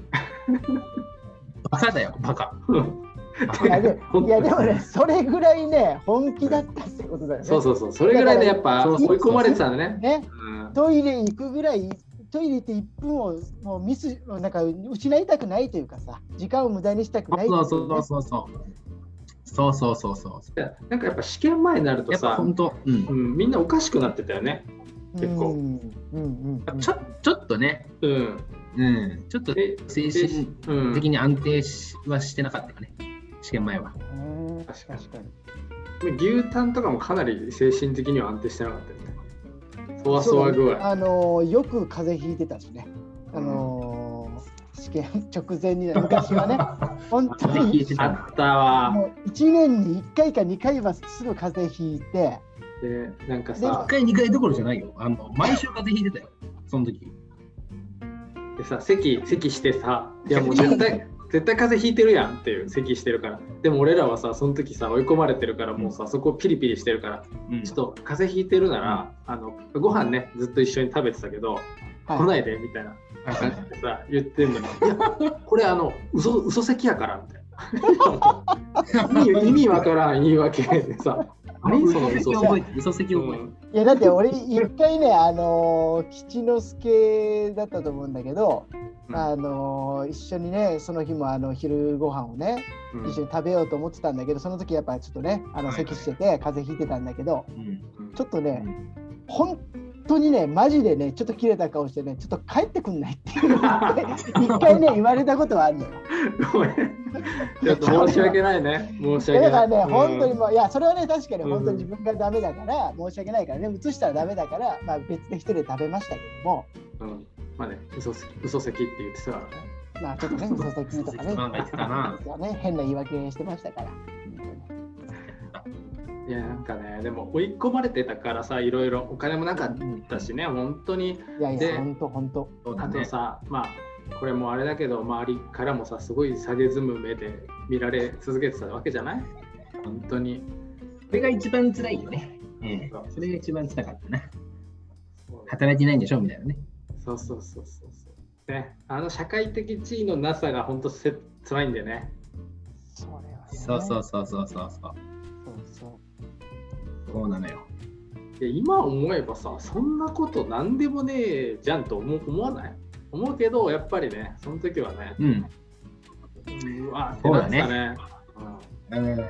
Speaker 1: バカだよ、バ カ。バ
Speaker 3: いや
Speaker 1: カ
Speaker 3: でもいやでもね、それぐらいね、本気だったってことだよね。
Speaker 2: そうそうそう。それぐらいでやっぱ
Speaker 1: そうそう
Speaker 2: 追い込まれてたんだね。
Speaker 3: ね
Speaker 2: うん
Speaker 3: トイレ行くぐらい、トイレ行って1分をもうミス、なんか失いたくないというかさ、時間を無駄にしたくないってい
Speaker 1: そううそう
Speaker 3: ね
Speaker 1: そうそう。そうそうそうそうそ
Speaker 2: なんかやっぱ試験前になる
Speaker 1: う。
Speaker 2: と
Speaker 1: やっぱ
Speaker 2: さ、
Speaker 1: 本当、うん
Speaker 2: う、ん、みんなおかしくなってたよね。結構
Speaker 3: うんうんうんうん、
Speaker 1: ちょちょっとね、
Speaker 2: うん。
Speaker 1: うん、ちょっと
Speaker 2: え
Speaker 1: 精神
Speaker 2: うん、
Speaker 1: 的に安定しはしてなかったよね、試験前は。
Speaker 3: うん
Speaker 2: 確
Speaker 3: 確
Speaker 2: か
Speaker 3: か
Speaker 2: に
Speaker 3: に
Speaker 2: 牛タンとかもかなり精神的には安定してなかったよね。そわそわ具
Speaker 3: そう
Speaker 2: 合。
Speaker 3: あのーよく風邪ひいてたしね。あのー試験直 前にね昔はね、本当
Speaker 1: 風邪ひ
Speaker 3: に
Speaker 1: いて
Speaker 2: あ
Speaker 1: たの
Speaker 2: ったわ。
Speaker 3: もう1年に1回か2回はすぐ風邪ひいて、
Speaker 2: で、なんか
Speaker 1: 1
Speaker 2: さ、
Speaker 1: 回、2回どころじゃないよ。あの毎週風邪ひいてたよ、その時
Speaker 2: でさ席、席してさ、いやもう絶対、絶対風邪ひいてるやんっていう、席してるから。でも俺らはさ、その時さ、追い込まれてるから、もうさ、そこピリピリしてるから、
Speaker 1: うん
Speaker 2: ちょっと風邪ひいてるなら、あのご飯ね、ずっと一緒に食べてたけど、
Speaker 3: はい
Speaker 2: 来ないでみたいな
Speaker 1: はい
Speaker 2: 感
Speaker 1: はい
Speaker 2: じでさ、言ってんのに、いや、これ、あの、嘘嘘席やからみたいな。意味意味わからん言い訳でさ、何その嘘
Speaker 1: 嘘席
Speaker 2: 席
Speaker 1: 覚えてる、嘘席
Speaker 2: う
Speaker 1: 覚えてる。
Speaker 2: ん
Speaker 3: いやだって俺一回ね、あのー吉之助だったと思うんだけど、
Speaker 2: うん
Speaker 3: あのー一緒にねその日もあの昼ご飯をね
Speaker 2: うん
Speaker 3: 一緒に食べようと思ってたんだけどその時やっぱちょっとねあの
Speaker 1: はいはい
Speaker 3: 咳してて風邪ひいてたんだけど
Speaker 1: うん
Speaker 3: ちょっとね本当にねマジでねちょっと切れた顔してねちょっと帰ってくんないっていう 一回ね言われたことはあるのよ。
Speaker 2: ごめんちょっと申し訳ないね。申し
Speaker 3: だ
Speaker 2: 訳
Speaker 3: か
Speaker 2: な
Speaker 3: ら
Speaker 2: い。
Speaker 3: ね、本当に
Speaker 2: うん
Speaker 3: もういやそれはね確かに
Speaker 2: うん
Speaker 3: 本当に自分がダメだから、申し訳ないからね移したらダメだから、まあ、別で一人で食べましたけども
Speaker 2: うんまあね、嘘席嘘席って言ってたからね。
Speaker 3: まあちょっとね嘘先とかね
Speaker 1: なんか言ってたな
Speaker 3: ね変な言い訳してましたから。
Speaker 2: いや、なんかね、でも追い込まれてたからさ、いろいろお金もなんかだしね、本当に
Speaker 3: いやい
Speaker 2: で
Speaker 3: や本当本当
Speaker 1: そうだ
Speaker 2: あ
Speaker 1: ね
Speaker 2: とさ、まあこれもあれだけど周りからもさすごい蔑む目で見られ続けてたわけじゃない本当に
Speaker 1: それが一番辛いよね。ええそれが一番辛かったな。働いてないんでしょみたいなね。
Speaker 2: そうそうそうそうそうねあの社会的地位のなさが本当せつらいんでね
Speaker 3: それはね
Speaker 1: そうそうそうそうそうそう。
Speaker 3: そう
Speaker 1: そうなのよ。
Speaker 2: で今思えばさそんなことなんでもねえじゃんと思う思わない思うけどやっぱりねその時はね
Speaker 1: うん。
Speaker 2: うわってなってたねうん
Speaker 1: あのや
Speaker 2: い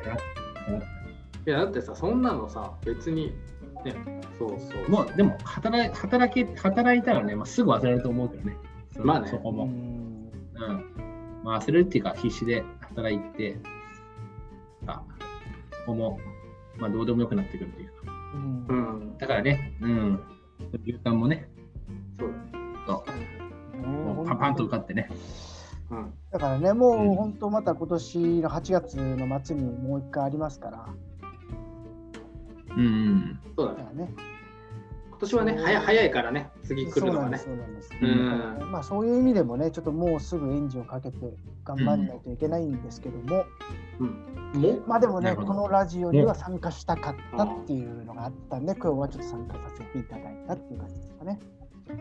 Speaker 2: やだってさそんなのさ別にねそうそう
Speaker 1: もうでも働い働け働いたらね、まあ、すぐ忘れると思うけどね。そ
Speaker 2: まあね
Speaker 1: そこ
Speaker 3: う
Speaker 1: も。う
Speaker 3: ん
Speaker 1: ん。まあ忘れるっていうか必死で働いて、あそこも、まあ、どうでもよくなってくるというか。
Speaker 3: うん
Speaker 2: うん
Speaker 1: だからね、うん。牛タンもね、
Speaker 2: そう
Speaker 1: そうもう
Speaker 3: ね
Speaker 1: パンパンと受かってね。
Speaker 2: だうん
Speaker 3: だからね、も
Speaker 1: うん
Speaker 3: う本当また今年の8月の末にもう一回ありますから、
Speaker 1: うん。
Speaker 2: そうだ
Speaker 3: だ
Speaker 2: ね
Speaker 3: からね、
Speaker 2: 今年はね、
Speaker 3: そう
Speaker 2: 早早いからね、次来るのがね。
Speaker 3: そうなんです、そう
Speaker 2: う
Speaker 3: なんで
Speaker 2: ん
Speaker 3: す。まあそういう意味でもね、ちょっともうすぐエンジンをかけて頑張んないといけないんですけども、
Speaker 2: もう、
Speaker 3: まあでも
Speaker 1: な
Speaker 3: ね、
Speaker 1: るほ
Speaker 3: こ
Speaker 1: ど
Speaker 3: のラジオには参加したかったっていうのがあったんで、今日はちょっと参加させていただいたっていう感じですかね。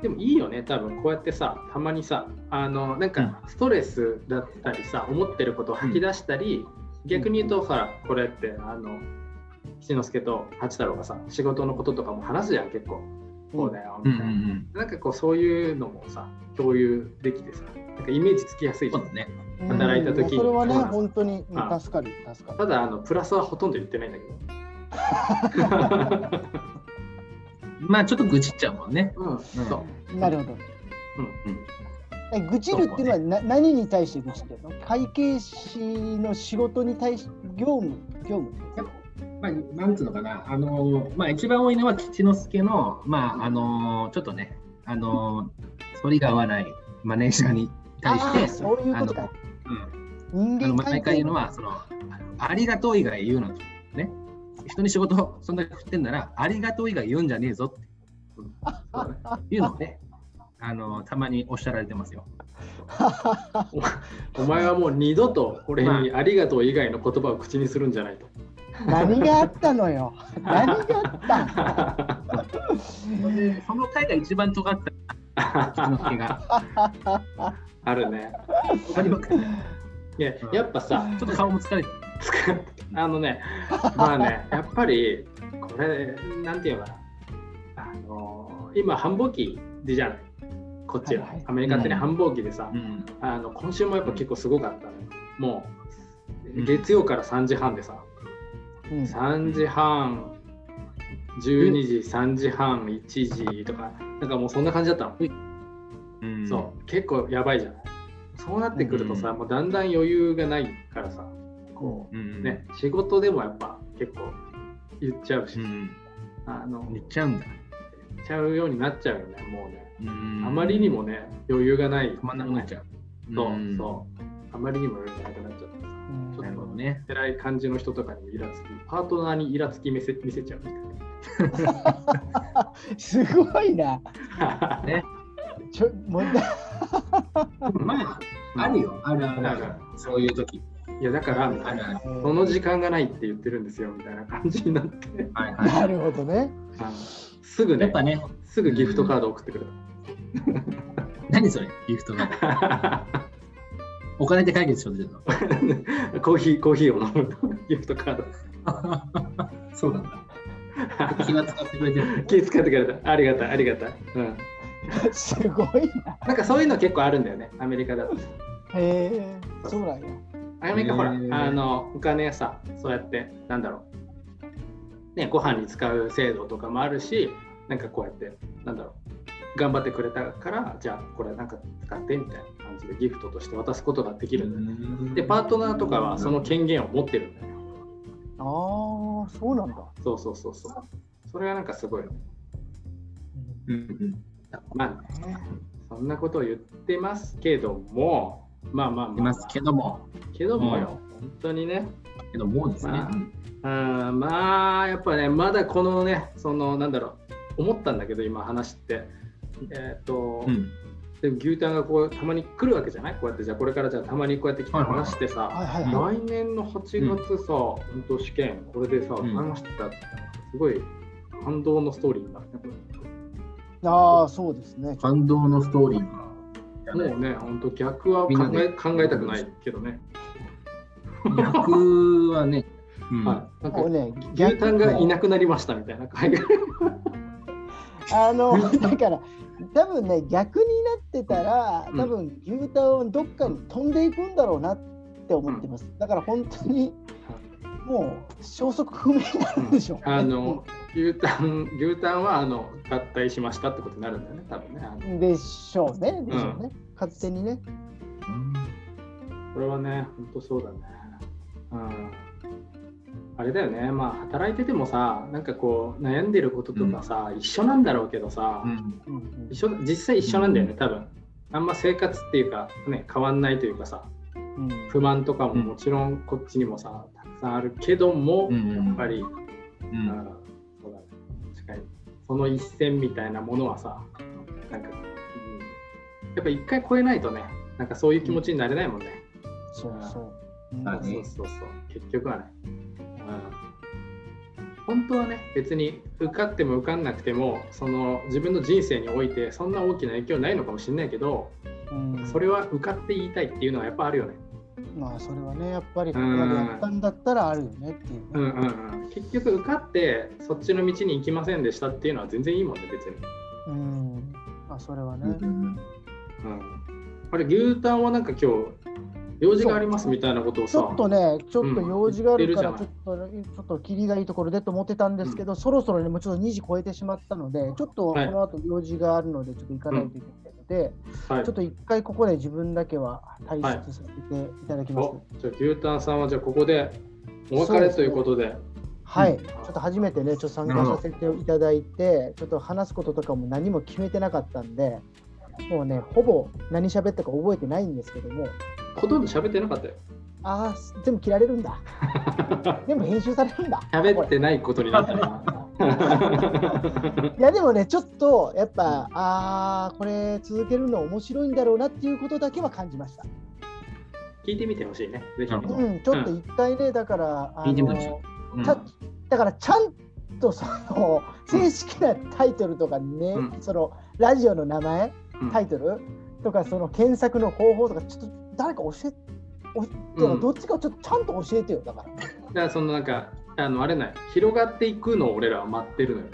Speaker 2: でもいいよね、多分こうやってさ、たまにさ、あの、なんかストレスだったりさ、思ってることを吐き出したり、逆に言うと、ほら、これって、あの、七之助と八太郎がさ、仕事のこととかも話すじゃん、結構。こうだよ、
Speaker 1: うんう
Speaker 2: み
Speaker 1: ん
Speaker 2: た
Speaker 1: う
Speaker 2: いな。
Speaker 1: ん。
Speaker 2: なんかこう、そういうのもさ、共有できてさ、なんかイメージつきやすいじ
Speaker 1: そ
Speaker 2: ゃ
Speaker 1: うんだ。ね。
Speaker 3: うん
Speaker 2: 働いた時
Speaker 3: それはね、
Speaker 2: うん
Speaker 3: 本当にうん
Speaker 2: あ
Speaker 3: 助かる、助か
Speaker 2: た
Speaker 3: る。
Speaker 2: だ、あの、プラスはほとんど言ってないんだけど。
Speaker 1: まあちょっと愚痴っちゃうもんね。
Speaker 2: うん、そう。
Speaker 3: なるほど。
Speaker 2: うん
Speaker 3: え愚痴るっていうのはな、何に対して愚痴ってるの会計士の仕事に対して業務業務
Speaker 1: まあ、なんつうのかな、あのまあ、一番多いのは吉之助の、まああのちょっとね、あの反りが合わないマネージャーに対
Speaker 3: あ
Speaker 1: し
Speaker 3: ー
Speaker 1: て、
Speaker 3: そういうことか
Speaker 1: うん、
Speaker 3: 人
Speaker 1: あの
Speaker 3: 間
Speaker 1: 毎
Speaker 3: 関
Speaker 1: 回
Speaker 3: 係
Speaker 1: 言うのはその、ありがとう以外言うなと、ね、人に仕事をそんだけ振ってんなら、ありがとう以外言うんじゃねえぞって
Speaker 2: そうね
Speaker 1: いうのをね、あのたまにおっしゃられてますよ。
Speaker 2: お前はもう二度と俺にありがとう以外の言葉を口にするんじゃないと。
Speaker 3: 何があったのよ。何があっ
Speaker 1: でその回が一番尖った一之輔が。
Speaker 2: あるね。
Speaker 1: 尖りまくって
Speaker 2: いや
Speaker 1: うん
Speaker 2: やっぱさ、
Speaker 1: ちょっと顔も疲れて
Speaker 2: 使っあのね、まあね、やっぱりこれ、なんていうのかな、あの今、繁忙期でじゃない、こっちは、
Speaker 3: はいはい
Speaker 2: アメリカってね、
Speaker 1: うん
Speaker 2: 繁忙期でさ、
Speaker 1: うん
Speaker 2: あの今週もやっぱ結構すごかったのよ。も
Speaker 1: う
Speaker 2: うん月曜から3時半でさ、
Speaker 3: たの。うん
Speaker 2: 3時半、12時、3時半、1時とか、なんかもうそんな感じだったの。
Speaker 1: うん
Speaker 2: そう、結構やばいじゃない。そうなってくるとさ、もうだんだん余裕がないからさ、こ
Speaker 1: う
Speaker 2: う、
Speaker 1: ん
Speaker 2: ね、仕事でもやっぱ結構言っちゃうし、
Speaker 1: うん
Speaker 2: あの、
Speaker 1: 寝
Speaker 2: 言っ
Speaker 1: ちゃうんだ。
Speaker 2: ちゃうようになっちゃうよね、もうね。
Speaker 1: あ
Speaker 2: あまりにもね、余裕がない。
Speaker 1: 止まんなくなっちゃう。
Speaker 2: そう、
Speaker 1: ん
Speaker 2: そう。あまりにも余裕がなくなっちゃってさ。
Speaker 3: うん
Speaker 1: なるほどね。
Speaker 2: 辛い感じの人とかにもイラつき、パートナーにイラつき見せ見せちゃうみたい
Speaker 3: すごいな。
Speaker 2: な。
Speaker 1: ね
Speaker 3: ちょもうだ
Speaker 1: まあ、あるよ、あるあるある。そういう時。
Speaker 2: いやだから、み
Speaker 1: あ
Speaker 2: たい
Speaker 1: る
Speaker 2: な
Speaker 1: ある。
Speaker 2: その時間がないって言ってるんですよみたいな感じになって、
Speaker 1: はいは
Speaker 3: なるほどね。
Speaker 2: あのすぐ
Speaker 1: い。やっ
Speaker 2: ね、
Speaker 1: ぱね、
Speaker 2: すぐギフトカード送ってくれ
Speaker 1: 何それ、ギフトが。
Speaker 2: た。
Speaker 1: お金で解決しようとしてる
Speaker 2: コーヒー、コーヒーを飲むと ギフトカード。
Speaker 1: の。 そうなんだ。気が使ってくれてる。
Speaker 2: 気遣ってくれた。ありがたい、ありがたい。うん。
Speaker 3: すご いな。
Speaker 2: なんかそういうの結構あるんだよね、アメリカだと。
Speaker 3: へえ、そうなんや。
Speaker 2: アメリカほら、
Speaker 1: へー
Speaker 2: あの、お金さ、そうやって、なんだろう。ね、ご飯に使う制度とかもあるし、なんかこうやって、なんだろう。頑張ってくれたから、じゃあこれなんか使ってみたいな感じでギフトとして渡すことができるんだよね。で、パートナーとかはその権限を持ってるんだよね。
Speaker 3: ああ、そうなんだ。
Speaker 2: そうそうそうそう。それはなんかすごいよね。
Speaker 3: うん
Speaker 1: うんうん。
Speaker 2: まあね、そんなことを言ってますけども、まあまあ
Speaker 1: い
Speaker 2: ま
Speaker 1: ま
Speaker 2: あ、
Speaker 1: すけども、
Speaker 2: けどもよ、本当にね、
Speaker 1: けどもうですね。
Speaker 2: まあうんまあ、やっぱね、まだこのね、その、なんだろう、思ったんだけど、今話して。えっ、と、
Speaker 1: うん。
Speaker 2: でも牛タンがこう、たまに来るわけじゃないこうやって、じゃあこれからじゃあたまにこうやって来て
Speaker 1: はいはいはい
Speaker 2: 話してさ、
Speaker 3: はいはいは
Speaker 2: 来年の8月さ、本当試験、これでさ、
Speaker 1: ん
Speaker 2: 話してたって、すごい感動のストーリーになるね、これ。
Speaker 3: い。ああ、そうですね。
Speaker 1: 感動のストーリーが。
Speaker 2: もうね、本当逆は考
Speaker 1: みんなで
Speaker 2: え考えたくないけどね。
Speaker 1: 役はね、うん
Speaker 2: はい。なんか
Speaker 3: もうね、
Speaker 2: 牛タンがいなくなりましたみたいな会が。
Speaker 3: あ のだから多分ね逆になってたら
Speaker 2: うん
Speaker 3: 多分牛タンはどっかに飛んでいくんだろうなって思ってます、だから本当にもう消息不明なんでしょうね、
Speaker 2: あの牛タン牛タンはあの脱退しましたってことになるんだよね。多分ね。あの
Speaker 3: でしょうねでしょうね、勝手にね
Speaker 2: これはね、本当そうだね。うん。あれだよね。まあ働いててもさ、なんかこう悩んでることとかさ、一緒なんだろうけどさ、
Speaker 1: うん
Speaker 3: うんうん
Speaker 2: 一緒実際一緒なんだよね。多分。あんま生活っていうかね変わんないというかさ、
Speaker 3: うん
Speaker 2: 不満とかももちろんこっちにもさたくさんあるけども、
Speaker 1: うん
Speaker 2: やっぱり、
Speaker 1: う
Speaker 2: うん
Speaker 1: ん
Speaker 2: そうだね確かにその一線みたいなものはさなんか、うんやっぱ一回超えないとねなんかそういう気持ちになれないもんね、
Speaker 3: そうそう、うん
Speaker 1: はい
Speaker 2: そうそうそう結局はね、うん、本当はね別に受かっても受かんなくてもその自分の人生においてそんな大きな影響ないのかもしれないけど
Speaker 3: うん
Speaker 2: それは受かって言いたいっていうのはやっぱあるよね
Speaker 3: まあそれはねやっぱりこ
Speaker 2: う
Speaker 3: こ
Speaker 2: ん
Speaker 3: までやったんだったらあるよねっていう
Speaker 2: う
Speaker 3: ね、
Speaker 2: んうんうん、結局受かってそっちの道に行きませんでしたっていうのは全然いいもんね別に、
Speaker 3: うんまあそれはね、
Speaker 1: うん
Speaker 2: うん、あれ牛タンはなんか今日用事がありますみたいなことを
Speaker 3: ち
Speaker 2: さ
Speaker 3: ょっとね、ちょっと用事があるから、
Speaker 2: うん
Speaker 3: ちょっと、ちょっと霧がいいところでと思ってたんですけど、そろそろね、もうちょっと2時超えてしまったので、ちょっとこ
Speaker 2: はい
Speaker 3: の後用事があるので、ちょっと行かないといけないので、
Speaker 2: はい
Speaker 3: ちょっと一回ここで自分だけは退出させていただきます。
Speaker 2: おじゃあ牛タンさんはじゃあここでお別れということで
Speaker 3: はい、
Speaker 1: うん
Speaker 3: ちょっと初めてね、ちょっと参加させていただいて、ちょっと話すこととかも何も決めてなかったんで、もうね、ほぼ何喋ったか覚えてないんですけども、
Speaker 2: ほとんど喋ってなかったよ
Speaker 3: ああ、全部切られるんだ。全部編集され るんだ。
Speaker 2: 喋ってないことになったな
Speaker 3: いやでもねちょっとやっぱあーこれ続けるの面白いんだろうなっていうことだけは感じました。
Speaker 2: 聞いてみてほしいねぜひね
Speaker 1: なるほど
Speaker 3: うん、ちょっと一回ねだから、あ
Speaker 1: 聞いてみまし
Speaker 3: の
Speaker 2: うん
Speaker 3: ただからちゃんとその正式なタイトルとかね、
Speaker 2: うん
Speaker 3: そのラジオの名前
Speaker 2: うん
Speaker 3: タイトルとかその検索の方法とかちょっと誰か教え
Speaker 2: う
Speaker 3: て
Speaker 2: ん
Speaker 3: どっちかちょっとちゃんと教えてよだから
Speaker 2: だからそのなんかあのあれない広がっていくのを俺らは待ってるのよ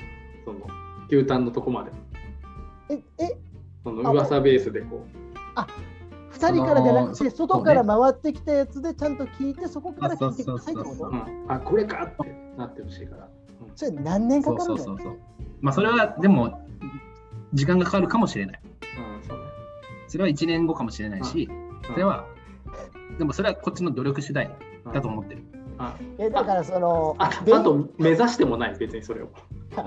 Speaker 2: その牛タンのとこまで
Speaker 3: ええ
Speaker 2: その噂ベースでこ、
Speaker 3: 2人からじゃなく
Speaker 1: その
Speaker 3: て外から回ってきたやつでちゃんと聞いてそこから聞いてくださいってこ
Speaker 1: そうそうそううそ
Speaker 2: う
Speaker 3: と
Speaker 2: ん、あこれかってなってほしいから
Speaker 3: それ何年か
Speaker 1: そう
Speaker 3: かる
Speaker 1: そ
Speaker 3: ん
Speaker 1: う
Speaker 3: だ
Speaker 1: そ
Speaker 3: よ
Speaker 1: うそう。まあそれはでも時間がかかるかもしれない。
Speaker 2: うんそうね
Speaker 1: それは1年後かもしれないし、
Speaker 2: うん
Speaker 1: それはでもそれはこっちの努力次第
Speaker 2: うん
Speaker 1: だと思ってる。
Speaker 2: あ
Speaker 3: えだからその
Speaker 2: ああ
Speaker 3: で
Speaker 2: と目指してもない別にそれを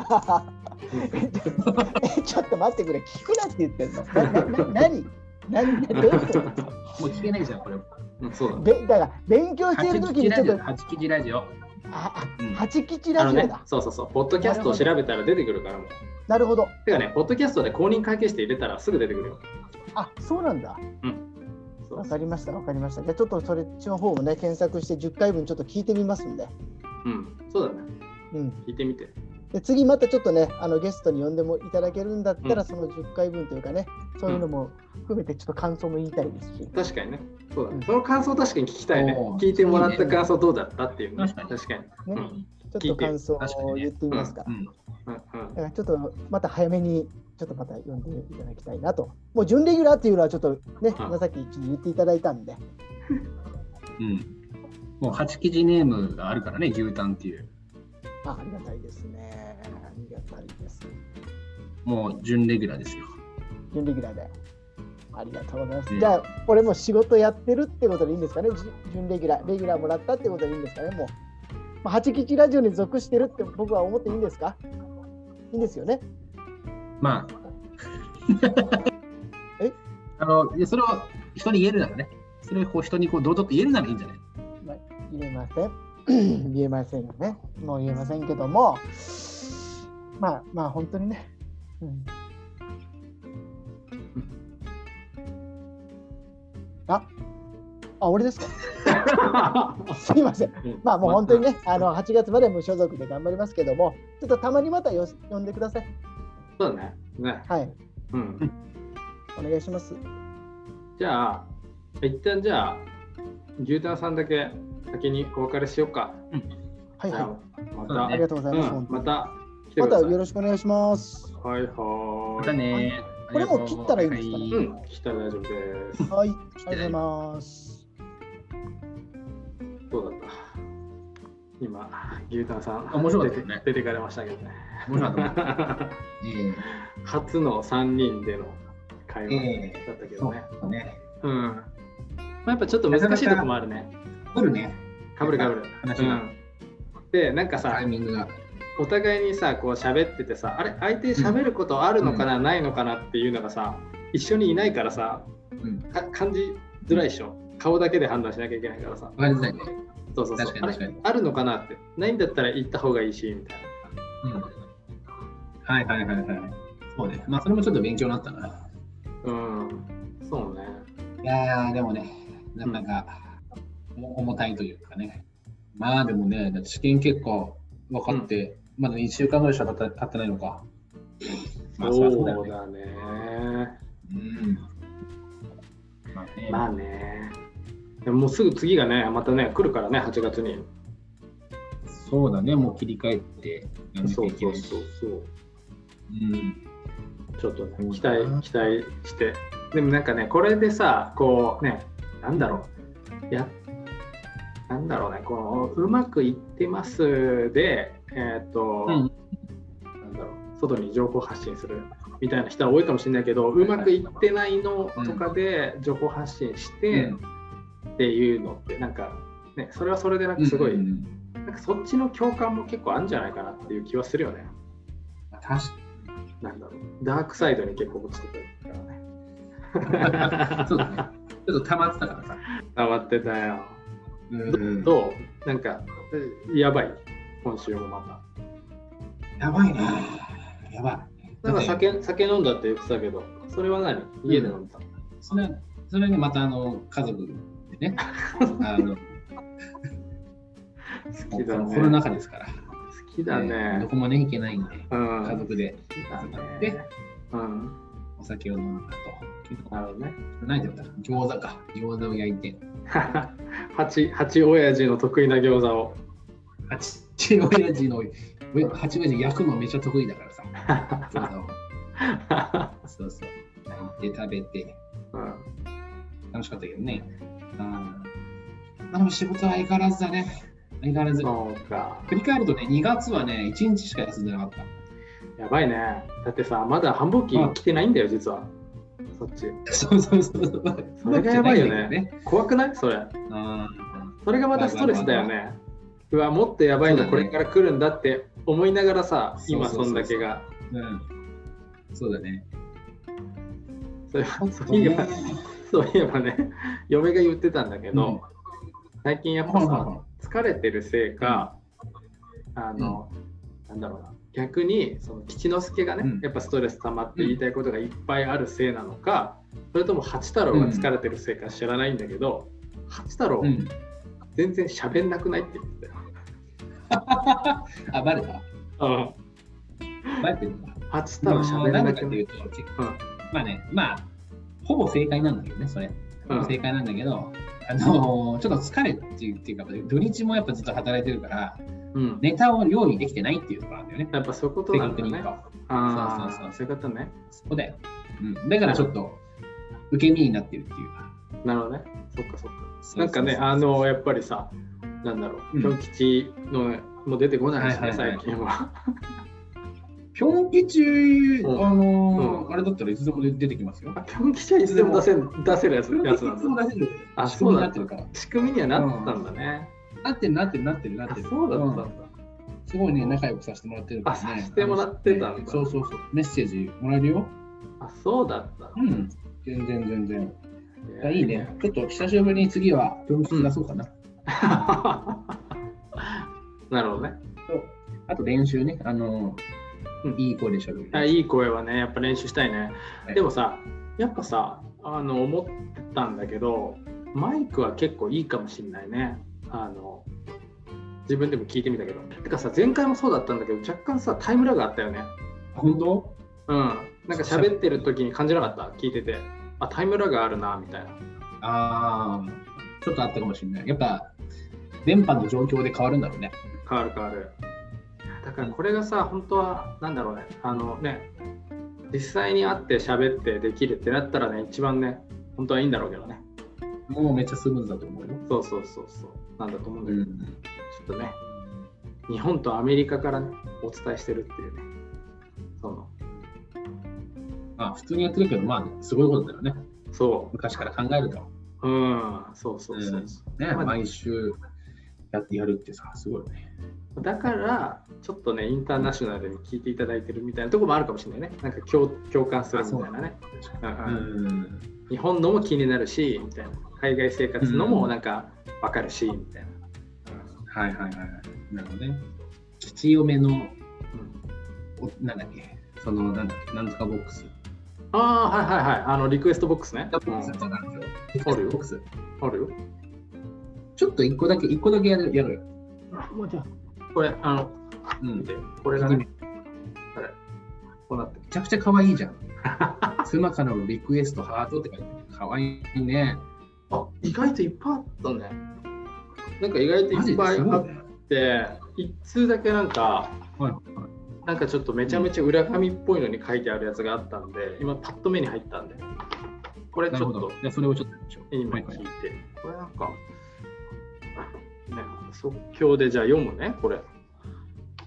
Speaker 3: えちょっと待ってくれ聞くなって言ってんのなな何何何どういうこと
Speaker 1: もう聞けないじゃんこれ。
Speaker 2: うんそうだね
Speaker 3: べだから勉強してい
Speaker 1: 八
Speaker 3: る時
Speaker 1: 吉
Speaker 3: にち
Speaker 1: ラ
Speaker 3: ょ
Speaker 1: ジ
Speaker 3: っ
Speaker 1: オ。
Speaker 3: と
Speaker 1: 八吉ラジオ。
Speaker 3: あ
Speaker 1: う
Speaker 3: あ
Speaker 1: ん
Speaker 3: 八吉
Speaker 2: あ
Speaker 3: ラ
Speaker 2: の
Speaker 3: ジオ
Speaker 2: ね
Speaker 3: だ
Speaker 2: そうそうそうポッドキャストを調べたら出てくるからもう
Speaker 3: なるほど
Speaker 2: てかねポッドキャストで公認会計して入れたらすぐ出てくるよ
Speaker 3: あそうなんだ
Speaker 2: そう
Speaker 3: わかりましたわかりましたじゃあちょっとそれっちの方をね検索して10回分ちょっと聞いてみますんで
Speaker 2: うんそうだね
Speaker 3: うん
Speaker 2: 聞いてみて
Speaker 3: で次またちょっとねあのゲストに呼んでもいただけるんだったら、
Speaker 2: うん
Speaker 3: その10回分というかねそういうのも含めてちょっと感想も言いたいですし、
Speaker 2: 確かにねそうだね、
Speaker 3: うん
Speaker 2: その感想確かに聞きたいね
Speaker 1: おー
Speaker 2: 聞いてもらった感想どうだったっていうね
Speaker 1: 確かに
Speaker 2: 確かに
Speaker 3: ね
Speaker 2: うん
Speaker 3: ちょっと感想
Speaker 1: 聞いて確か
Speaker 3: を
Speaker 1: にね
Speaker 3: 言ってみますか、
Speaker 1: うん。
Speaker 2: うんうん
Speaker 3: だからちょっとまた早めにちょっとまた呼んでいただきたいなともう準レギュラーっていうのはちょっとね、今さっきちょっと言っていただいたんで
Speaker 1: うん。もう八吉ネームがあるからね牛タンっていう。
Speaker 3: あありがたいですねありがたいです
Speaker 1: もう準レギュラーですよ。
Speaker 3: 準レギュラーで。ありがとうございま
Speaker 1: う
Speaker 3: す。
Speaker 1: ん
Speaker 3: じゃあ、俺も仕事やってるってことでいいんですかね、じ準レギュラー、レギュラーもらったってことでいいんですかね、もう。まあ、八吉ラジオに属してるって僕は思っていいんですかいいんですよね。
Speaker 1: まあ。
Speaker 3: え
Speaker 1: あのいやそれを人に言えるならね。それをこう人にこう堂々と言えるならいいんじゃない
Speaker 3: 言えません。 言えませんよね。もう言えませんけども、まあまあ、本当にね。うん、ああ、俺ですか すいません。 まあもう本当にね、あの8月まで無所属で頑張りますけども、ちょっとたまにまたよし呼んでください。
Speaker 2: そうだねね
Speaker 3: はい、
Speaker 2: うん
Speaker 3: お願いします。
Speaker 2: じゃあ一旦じゃあ牛タンさんだけ先にお別れしようか、
Speaker 3: はい
Speaker 2: じゃ
Speaker 3: は
Speaker 2: あま
Speaker 1: そうだ
Speaker 2: た、
Speaker 3: い。ありがとうございま
Speaker 2: う
Speaker 3: す。
Speaker 2: ん
Speaker 3: 本当
Speaker 2: ま
Speaker 3: に
Speaker 2: た来て
Speaker 3: ま
Speaker 2: く
Speaker 3: た
Speaker 2: ださい
Speaker 3: よろしくお願いします。
Speaker 2: はいは
Speaker 1: ま
Speaker 2: ー
Speaker 1: た
Speaker 2: い、
Speaker 1: ね。
Speaker 3: これもう切ったらいいんですかね
Speaker 1: は
Speaker 2: うん来たら大丈夫です
Speaker 3: はい、ありがとうございます。
Speaker 2: どうだった今、牛タンさん、
Speaker 1: 面白かったよね
Speaker 2: 出て出てかれましたけどね。
Speaker 1: 面白かっ え
Speaker 2: 初の3人での会
Speaker 1: え
Speaker 2: 話だったけ
Speaker 1: え
Speaker 2: どね。
Speaker 1: そうね。
Speaker 2: うん。まあ、やっぱちょっと難しいとこもあるね。
Speaker 1: 来るね。
Speaker 2: かぶるかぶる。
Speaker 1: 話
Speaker 2: う
Speaker 1: が
Speaker 2: ん、で、なんかさ
Speaker 1: タイ、ミングが。
Speaker 2: お互いにさ、こう喋っててさ、あれ、相手喋ることあるのかな、ないのかなっていうのがさ、一緒にいないからさ、
Speaker 1: うん。
Speaker 2: か感じづらいでしょ。顔だけで判断しなきゃいけないからさ。
Speaker 1: わかりづらいね。
Speaker 2: そうそうそう。
Speaker 1: 確かに確かに
Speaker 2: あれあるのかなって。ないんだったら行った方がいいし、みたいな。
Speaker 1: うん。はいはいはいはい。そうね。まあそれもちょっと勉強になったな。
Speaker 2: うん、そうね。
Speaker 1: いやーでもね、なかなか重たいというかね。まあでもね、だって試験結果分かって、まだ1週間ぐらいしか経った経ってないのか。まあそりゃそうだよ
Speaker 2: そう
Speaker 1: ね。
Speaker 2: だね。
Speaker 1: うん。まあね。
Speaker 2: まあね。でももうすぐ次がね、またね、来るからね、8月に。
Speaker 1: そうだね、もう切り替えてやめ
Speaker 2: そ
Speaker 1: て
Speaker 2: う
Speaker 1: いけ
Speaker 2: そう
Speaker 1: る
Speaker 2: そうそう。
Speaker 1: うん。
Speaker 2: ちょっとね
Speaker 1: そう、
Speaker 2: 期
Speaker 1: だ
Speaker 2: 待
Speaker 1: な、
Speaker 2: 期待して。でもなんかね、これでさ、こうね、なんだろう。いや、なんだろうね、この、うまくいってますで、えーっと、
Speaker 1: うん
Speaker 2: なんだろう外に情報発信するみたいな人は多いかもしれないけどうまくいってないのとかで情報発信してっていうのってなんか、ね、それはそれでなんかすごい、
Speaker 1: うんうんうん
Speaker 2: なんかそっちの共感も結構あるんじゃないかなっていう気はするよね
Speaker 1: 確
Speaker 2: なんだろうダークサイドに結構落ちてくるから
Speaker 1: か
Speaker 2: ね
Speaker 1: にそうだね。ちょっと溜まってたからさ。
Speaker 2: 溜まってたよ
Speaker 1: うん
Speaker 2: どうなんかやばい今週もま
Speaker 1: やばいね。やばい。
Speaker 2: たなんか酒酒飲んだって言ってたけどそれは何家で飲んだ、
Speaker 1: それ、それね、またあの、家族でね、あの、
Speaker 2: 好きだね
Speaker 1: コロナ禍ですから。
Speaker 2: 好きだ
Speaker 1: えーど
Speaker 2: ね。
Speaker 1: こもね、行けないんで、
Speaker 2: うん。
Speaker 1: 家族で
Speaker 2: だね
Speaker 1: で
Speaker 2: うん。
Speaker 1: お酒を飲んだと。
Speaker 2: なるほどね。
Speaker 1: 何だったか餃子か。餃子を焼いて。
Speaker 2: 八八親父の得意な餃子を。
Speaker 1: 八親父の、お八親父焼くのめっちゃ得意だからさ。 餃子をそうそう。焼いて食べて、
Speaker 2: うん
Speaker 1: 楽しかったけどね。あーあでも仕事は相変わらずだね。相変わらず。
Speaker 2: そうか。
Speaker 1: 振り返るとね、2月はね、1日しか休んでなかった。
Speaker 2: やばいね。だってさ、まだ繁忙期来てないんだよ、実は。そっち。
Speaker 1: そうそうそうそう。
Speaker 2: それがやばいよ
Speaker 1: そう
Speaker 2: ね
Speaker 1: じゃなだけどね。
Speaker 2: 怖くないそれ。
Speaker 1: あ
Speaker 2: それがまたストレスだよ
Speaker 1: ま
Speaker 2: ね。うわ、もっとやばい
Speaker 1: そう
Speaker 2: な、
Speaker 1: だね
Speaker 2: これから来るんだって思いながらさ、今
Speaker 1: そう
Speaker 2: そ
Speaker 1: そ
Speaker 2: ん
Speaker 1: うそうそう
Speaker 2: だけが。
Speaker 1: ーうん。そうだね。
Speaker 2: それはそういえば、そういえばね、嫁が言ってたんだけど、最近やっぱさ、疲れてるせいか、あの、なんだろうな。逆にその吉之助がね、
Speaker 1: うん
Speaker 2: やっぱストレス溜まって言いたいことがいっぱいあるせいなのか、それとも八太郎が疲れてるせいか知らないんだけど、八太郎、
Speaker 1: うん。
Speaker 2: 全然喋んなくないって言ってたよ。
Speaker 1: あ、バレたバレてるんだ。
Speaker 2: 八太郎喋ん
Speaker 1: な
Speaker 2: なん
Speaker 1: でか
Speaker 2: く
Speaker 1: って
Speaker 2: ないいう
Speaker 1: と、まあね、まあ、ほぼ正解なんだけどね、それ。ほ
Speaker 2: う
Speaker 1: ぼ
Speaker 2: ん
Speaker 1: 正解なんだけど、あのーちょっと疲れっていうっていうか、土日もやっぱずっと働いてるから、
Speaker 2: うん。
Speaker 1: ネタを料理できてないっていうところなんだよね。
Speaker 2: やっぱそういうこと
Speaker 1: 正
Speaker 2: なん
Speaker 1: 確
Speaker 2: だ
Speaker 1: に言う
Speaker 2: ね。
Speaker 1: と。
Speaker 2: あ
Speaker 1: そ
Speaker 2: あ、
Speaker 1: うそう
Speaker 2: そういうことね。
Speaker 1: そこで、うん、だからちょっと受け身になってるっていうか。
Speaker 2: なるほどね。そっかそっか。
Speaker 1: そう
Speaker 2: なんかね、
Speaker 1: そうそう
Speaker 2: あの、やっぱりさ、なんだろ
Speaker 1: う
Speaker 2: う、
Speaker 1: ん
Speaker 2: 京吉の、もう出てこないし
Speaker 1: はい
Speaker 2: ね、
Speaker 1: はいはい
Speaker 2: 最近は。
Speaker 1: ピョン吉、
Speaker 2: うん
Speaker 1: あのー
Speaker 2: うん
Speaker 1: あれだったらいつでも出てきますよ。
Speaker 2: 京吉はいつでも出せる出せるやつ
Speaker 1: ピョン
Speaker 2: や
Speaker 1: 吉い
Speaker 2: つな
Speaker 1: つも
Speaker 2: んだ。
Speaker 1: 出せる。
Speaker 2: あ
Speaker 1: 仕組みにな
Speaker 2: そうだ
Speaker 1: ってるから。
Speaker 2: 仕組みにはなったんだね。
Speaker 1: なってるなってるなってるなっ
Speaker 2: あ
Speaker 1: てる。
Speaker 2: そうだった
Speaker 1: うん
Speaker 2: んだ。
Speaker 1: すごいね、仲良くさせてもらってるから、ね。
Speaker 2: あさせてもらってたんだ
Speaker 1: そうそうそう。メッセージもらえるよ。
Speaker 2: あ、そうだった
Speaker 1: う。ん。全然全然。いや
Speaker 2: や
Speaker 1: いい ね。。ちょっと久しぶりに次はピョン吉出そうかな。
Speaker 2: なるほどね。
Speaker 1: あと練習ね、あのー
Speaker 2: うん
Speaker 1: いい声でしゃべる。
Speaker 2: あいい声はね、やっぱ練習したいね
Speaker 1: は。い
Speaker 2: でもさ、やっぱさ、あの思ってたんだけど、マイクは結構いいかもしんないね。あの自分でも聞いてみたけど。てかさ、前回もそうだったんだけど、若干さ、タイムラグあったよね。
Speaker 1: 本当
Speaker 2: うん。なんか喋ってる時に感じなかった、聞いてて。あ、タイムラグあるな、みたいな。
Speaker 1: ああ、ちょっとあったかもしれない。やっぱ、電波の状況で変わるんだろうね。
Speaker 2: 変わる変わる。だからこれがさ、本当は、なんだろうね。あのね、実際に会って喋ってできるってなったらね、一番ね、本当はいいんだろうけどね。
Speaker 1: もうめっちゃスムーズだと思うよ。
Speaker 2: そうそうそうそう。なんだと思うんだけど、
Speaker 1: ん。
Speaker 2: ちょっとね、日本とアメリカからね、お伝えしてるっていうね。その
Speaker 1: まあ、普通にやってるけど、まあ、すごいことだよね。
Speaker 2: そ
Speaker 1: 昔から考えると。
Speaker 2: う。うん。そうそうそうそう。
Speaker 1: ね、
Speaker 2: まあ
Speaker 1: 毎週やってやるってさ、すごいよね。
Speaker 2: だから、ちょっとね、インターナショナルに聞いていただいてるみたいなとこもあるかもしれないね。なんか共共感するみたいなね。うん
Speaker 1: う
Speaker 2: うん
Speaker 1: ん。
Speaker 2: 日本のも気になるし、みたいな。海外生活の
Speaker 1: う
Speaker 2: も
Speaker 1: ん
Speaker 2: なんか分かるし、みたいな。
Speaker 1: はいはいはいはい。なるほどね。吉嫁の、
Speaker 2: うんうん
Speaker 1: おなんだっけ、その、なんだっけ、なんとかボックス。
Speaker 2: ああ、はいはいはい。あの、リクエストボックスね。
Speaker 1: ボ
Speaker 2: う
Speaker 1: ッ
Speaker 2: ん
Speaker 1: クスじゃないよ。
Speaker 2: あるよ
Speaker 1: ボックス。
Speaker 2: あるよ。
Speaker 1: ちょっと一個だけ、一個だけやるやるよ。
Speaker 2: これ、あの、
Speaker 1: うん。
Speaker 2: 見
Speaker 1: め
Speaker 2: て、これが
Speaker 1: め
Speaker 2: ね、あれ、こうなってる
Speaker 1: ちゃくちゃ可愛い じゃん。妻からのリクエストハートって書いてある。可愛いね。
Speaker 2: あ意外といっぱいあったね。なんか意外と
Speaker 1: マジ
Speaker 2: い
Speaker 1: で
Speaker 2: っぱい
Speaker 1: す
Speaker 2: あ
Speaker 1: ごい
Speaker 2: っ
Speaker 1: ね。
Speaker 2: て、一通だけなんか、
Speaker 1: はいは
Speaker 2: なんかちょっとめちゃめちゃ裏紙っぽいのに書いてあるやつがあったんで、今パッと目に入ったんで、これ
Speaker 1: い。な
Speaker 2: ち
Speaker 1: るほ
Speaker 2: ょっと
Speaker 1: ど。じゃあそれをちょっとやりましょう。
Speaker 2: 今
Speaker 1: はい
Speaker 2: 聞
Speaker 1: はいい
Speaker 2: て、これなんか、ね、即興でじゃあ読むね、これ。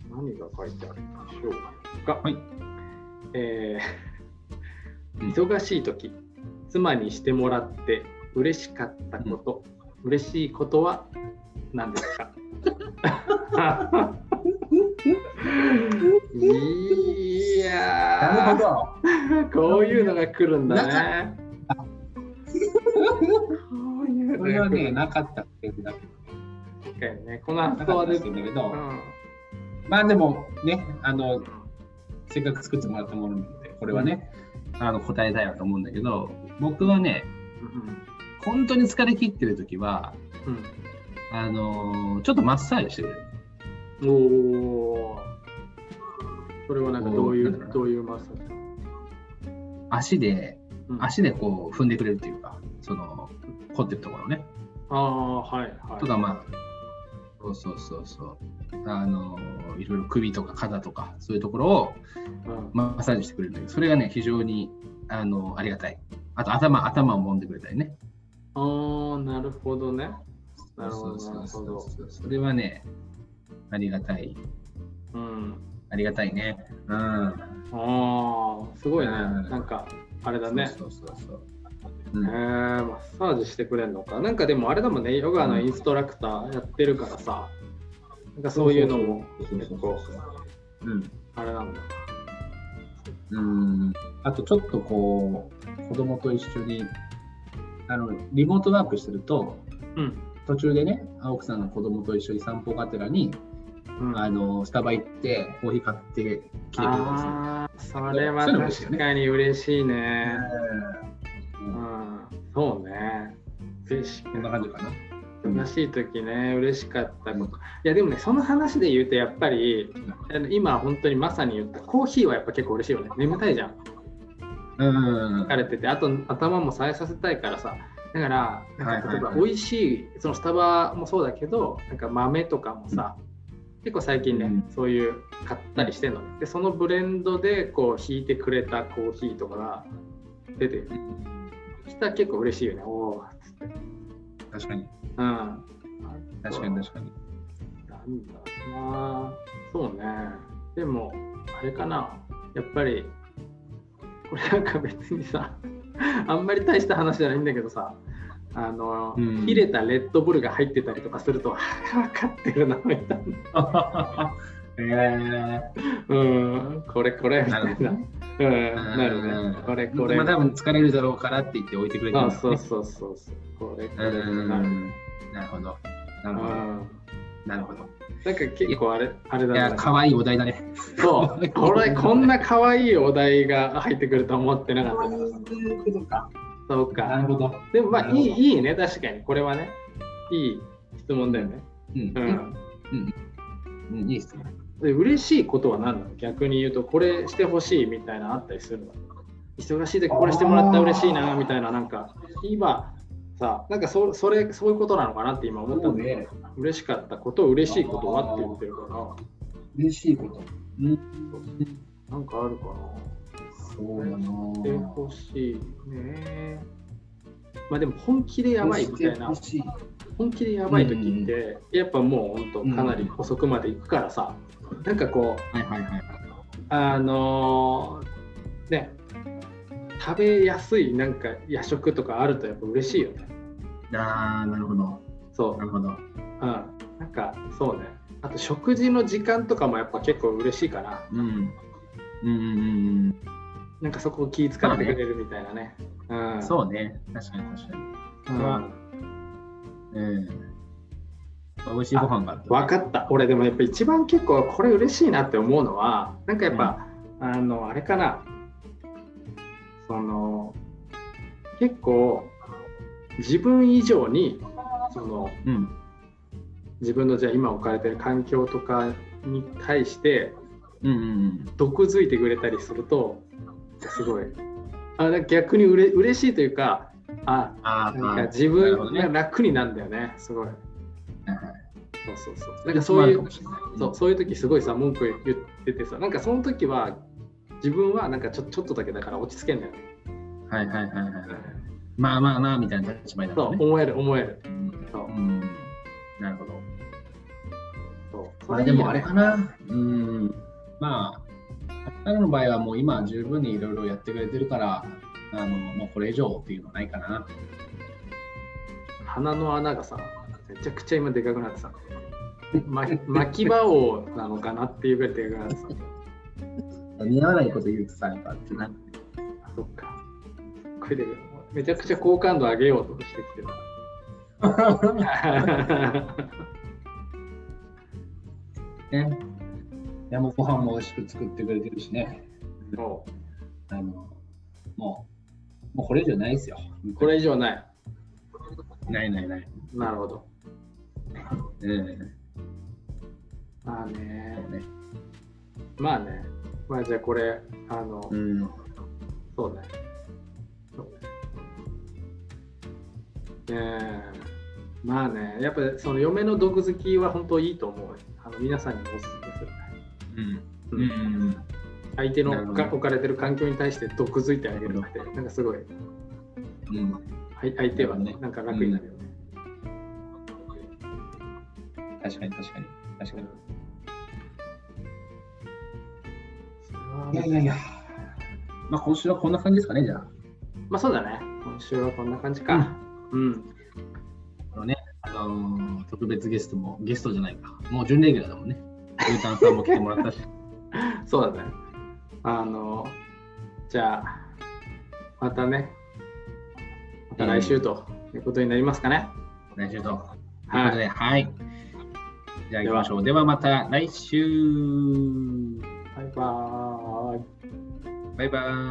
Speaker 2: 何が書いてあるんでしょうか。
Speaker 1: はい
Speaker 2: えー
Speaker 1: うん
Speaker 2: 忙しい時妻にしてもらって嬉しかったこと、嬉しいことは何です かい
Speaker 3: なる
Speaker 2: や
Speaker 3: ほ
Speaker 2: ーこういうのが来るんだね。こういう
Speaker 1: それ
Speaker 2: の
Speaker 1: は
Speaker 2: が来る
Speaker 1: ね、
Speaker 2: んだ
Speaker 1: なかったっていうだけ。
Speaker 2: 確かにね。この
Speaker 1: な
Speaker 2: 発想
Speaker 1: か
Speaker 2: は
Speaker 1: った
Speaker 2: 出
Speaker 1: ってて
Speaker 2: く
Speaker 1: いうん
Speaker 2: る。
Speaker 1: だけ
Speaker 2: う
Speaker 1: ど、
Speaker 2: ん
Speaker 1: まあでもね、あの、せっかく作ってもらったものなので、これはね、あの答えたいなと思うんだけど、僕はね、本当に疲れ切ってる時は、
Speaker 2: うん
Speaker 1: あのちょっとマッサージしてくれる。
Speaker 2: おお。それはなんかどうい
Speaker 1: おー
Speaker 2: う、どういうマッサージ
Speaker 1: 足で、
Speaker 2: うん
Speaker 1: 足でこう踏んでくれるっていうか、その、凝ってるところね。
Speaker 2: ああ、はいはい。
Speaker 1: とか、まあ、そうそうそうそう。あのいろいろ首とか肩とか、そういうところを
Speaker 2: うん
Speaker 1: マッサージしてくれるという。それがね、非常に、あのありがたい。あと、頭、頭を揉んでくれたりね。
Speaker 2: ああ、なるほどね。なるほど、
Speaker 1: そ
Speaker 2: なる
Speaker 1: うそうそ
Speaker 2: ほ
Speaker 1: う
Speaker 2: ど。
Speaker 1: そう。それはね、ありがたい。
Speaker 2: うん。
Speaker 1: ありがたいね。うん。
Speaker 2: ああ、すごいね。
Speaker 1: うん
Speaker 2: なんか、あれだね。
Speaker 1: そうそうそうそう。
Speaker 2: えー、マッサージしてくれるのか。なんかでもあれだもんね、ヨガのインストラクターやってるからさ、なんかそういうのも結構、
Speaker 1: うん。
Speaker 2: あれなんだ。
Speaker 1: うん。あとちょっとこう、子供と一緒に、あの、リモートワークしてると、
Speaker 2: うん。
Speaker 1: 途中でね、青木さんが子供と一緒に散歩がてらに、
Speaker 2: うん、
Speaker 1: あの、スタバ行って、コーヒー買ってきてくれたりする。
Speaker 2: あーそれは確かに嬉しいね。
Speaker 1: う
Speaker 2: うんん、そうね。嬉しい。
Speaker 1: こんな感じかな。
Speaker 2: 悲しい時ね、嬉しかったこと。いや、でもね、その話で言うと、やっぱり、あの今、本当にまさに言った、コーヒーはやっぱ結構嬉しいよね。眠たいじゃん。
Speaker 1: うん。
Speaker 2: 疲れてて、あと頭も冴えさせたいからさ。だから、なんか例えば
Speaker 1: はいはいはい
Speaker 2: 美味しい、そのスタバもそうだけど、なんか豆とかもさ、結構最近ね、
Speaker 1: うん
Speaker 2: そういう買ったりしてんのね。で、そのブレンドでこう、引いてくれたコーヒーとかが出てきたら結構嬉しいよね。おおーっつって。
Speaker 1: 確かに。
Speaker 2: うん。
Speaker 1: 確かに確かに。
Speaker 2: なんだろうなそうねでもあれかなやっぱりこれなんか別にさ あんまり大した話じゃないんだけどさあの、
Speaker 1: うん
Speaker 2: 切れたレッドブルが入ってたりとかすると分かってるなみたいな
Speaker 1: えー、
Speaker 2: うんこれこれみたいなうんなるねこれこれ
Speaker 1: まあ多分疲れるだろうからって言って置いてくれて
Speaker 2: そ
Speaker 1: るんだろ
Speaker 2: うそうう
Speaker 1: ね
Speaker 2: そうそうそうこれこれ
Speaker 1: うん
Speaker 2: なる
Speaker 1: なるほど。な
Speaker 2: う
Speaker 1: るほど。
Speaker 2: ん
Speaker 1: なるほど。
Speaker 2: なんか結構あれあれだ
Speaker 1: いや、可愛いお題だね。
Speaker 2: そう、これこんな可愛いお題が入ってくると思ってなかったから。
Speaker 1: いうことか。
Speaker 2: そう
Speaker 1: な
Speaker 2: か。
Speaker 1: るほど。
Speaker 2: でもま
Speaker 1: な
Speaker 2: あ
Speaker 1: る
Speaker 2: い
Speaker 1: ほど
Speaker 2: いいいね、確かに。これはね、いい質問だよね。
Speaker 1: うん
Speaker 2: う。ん。
Speaker 1: うん、いい質問。
Speaker 2: で嬉しいことは何なの逆に言うと、これしてほしいみたいなのあったりするの忙しい時これしてもらったら嬉しいなみたいな、なんか今さ、なんかそそれそういうことなのかなって今思ったんだけど、
Speaker 1: ね
Speaker 2: 嬉しかったこと、嬉しいことはって言ってるか
Speaker 1: 嬉しいこと。
Speaker 2: ら、なんかあるかな。
Speaker 1: そうだなぁ
Speaker 2: してほしいね。まあでも本気でやばいみたいな
Speaker 1: 欲、しい
Speaker 2: 本気でやばい時って、やっぱもう本当かなり遅くまで行くからさ、なんかこう、
Speaker 1: はいはいはい。
Speaker 2: あのーね、食べやすいなんか夜食とかあるとやっぱ嬉しいよね。
Speaker 1: あー、なるほど。
Speaker 2: そう
Speaker 1: な、るほど。
Speaker 2: うん、なんかそうね。あと食事の時間とかもやっぱ結構嬉しいかな。
Speaker 1: うん。うんうん
Speaker 2: なんかそこを気遣ってくれるみたいなね。う
Speaker 1: うん。
Speaker 2: ん、
Speaker 1: そうね。確かに確かに。
Speaker 2: うん
Speaker 1: うん。美味しいご飯があると。
Speaker 2: 分かった俺でもやっぱ一番結構これ嬉しいなって思うのはなんかやっぱ、あのあれかなその結構自分以上にその
Speaker 1: うん。
Speaker 2: 自分のじゃあ今置かれてる環境とかに対して
Speaker 1: うんうん
Speaker 2: 毒づいてくれたりするとすごいあなんか逆にうれ嬉しいというかあ
Speaker 1: うん。あー
Speaker 2: なんか
Speaker 1: あー、
Speaker 2: 自
Speaker 1: なる
Speaker 2: 分
Speaker 1: ほどね
Speaker 2: が楽になるんだよねすごい
Speaker 1: はいはい
Speaker 2: そうそうそうなんかそういう
Speaker 1: もあるかもしれない
Speaker 2: そうそういう時すごいさ文句言っててさなんかその時は自分はなんかちょちょっとだけだから落ち着けんだよね、
Speaker 1: はいはいはいはい。まあまあまあみたいな立場になる
Speaker 2: そう
Speaker 1: のね。
Speaker 2: 思える思える
Speaker 1: うん
Speaker 2: そう
Speaker 1: うん。なるほど。
Speaker 2: そう
Speaker 1: まあでもあれかな。うん。まあ、あなたの場合はもう今十分にいろいろやってくれてるから、あの、もうこれ以上っていうのはないかな。
Speaker 2: 鼻の穴がさめちゃくちゃ今でかく なってさ、ま、巻き場王なのかなっていうぐらいでかくなってさ
Speaker 1: 似合わないこと言うとさ、やっぱな。
Speaker 2: あそっかこれでめちゃくちゃ好感度上げようとしてきてる
Speaker 1: ね。いやもうご飯も美味しく作ってくれてるしね。
Speaker 2: も
Speaker 1: あの、もう、もうこれ以上ないですよ。
Speaker 2: うこれ以上ない
Speaker 1: ないないない。
Speaker 2: なるほど
Speaker 1: うん。
Speaker 2: まあね
Speaker 1: そうね
Speaker 2: まあねまあじゃあこれあの、
Speaker 1: うん。
Speaker 2: そうねそうねねえまあねやっぱその嫁の毒好きは本当いいと思うあの皆さんにもおすすめするね
Speaker 1: うん。うん。
Speaker 2: 相手
Speaker 1: なる
Speaker 2: の
Speaker 1: ほど
Speaker 2: が置かれてる環境に対して毒づいてあげるってなんかすごい
Speaker 1: うん。
Speaker 2: はい相手は
Speaker 1: な
Speaker 2: ね
Speaker 1: るほどね
Speaker 2: なんか楽になるよね、
Speaker 1: 確かに確かに。確かに。い
Speaker 2: い
Speaker 1: やいやいや。まあ今週はこんな感じですかね、じゃあ。
Speaker 2: まあそうだね今週はこんな感じかうん、
Speaker 1: あのね、あのー特別ゲストも、ゲストじゃないか。もう準レギュラーだもんね。牛タンさんも来てもらったし。
Speaker 2: そうだねあのじゃあまたねまた来週ということになりますかね、
Speaker 1: 来週と。は
Speaker 2: はい
Speaker 1: い。はい。じゃあ行きましょう。ではまた来週。
Speaker 2: バイバーイ
Speaker 1: バイバーイ。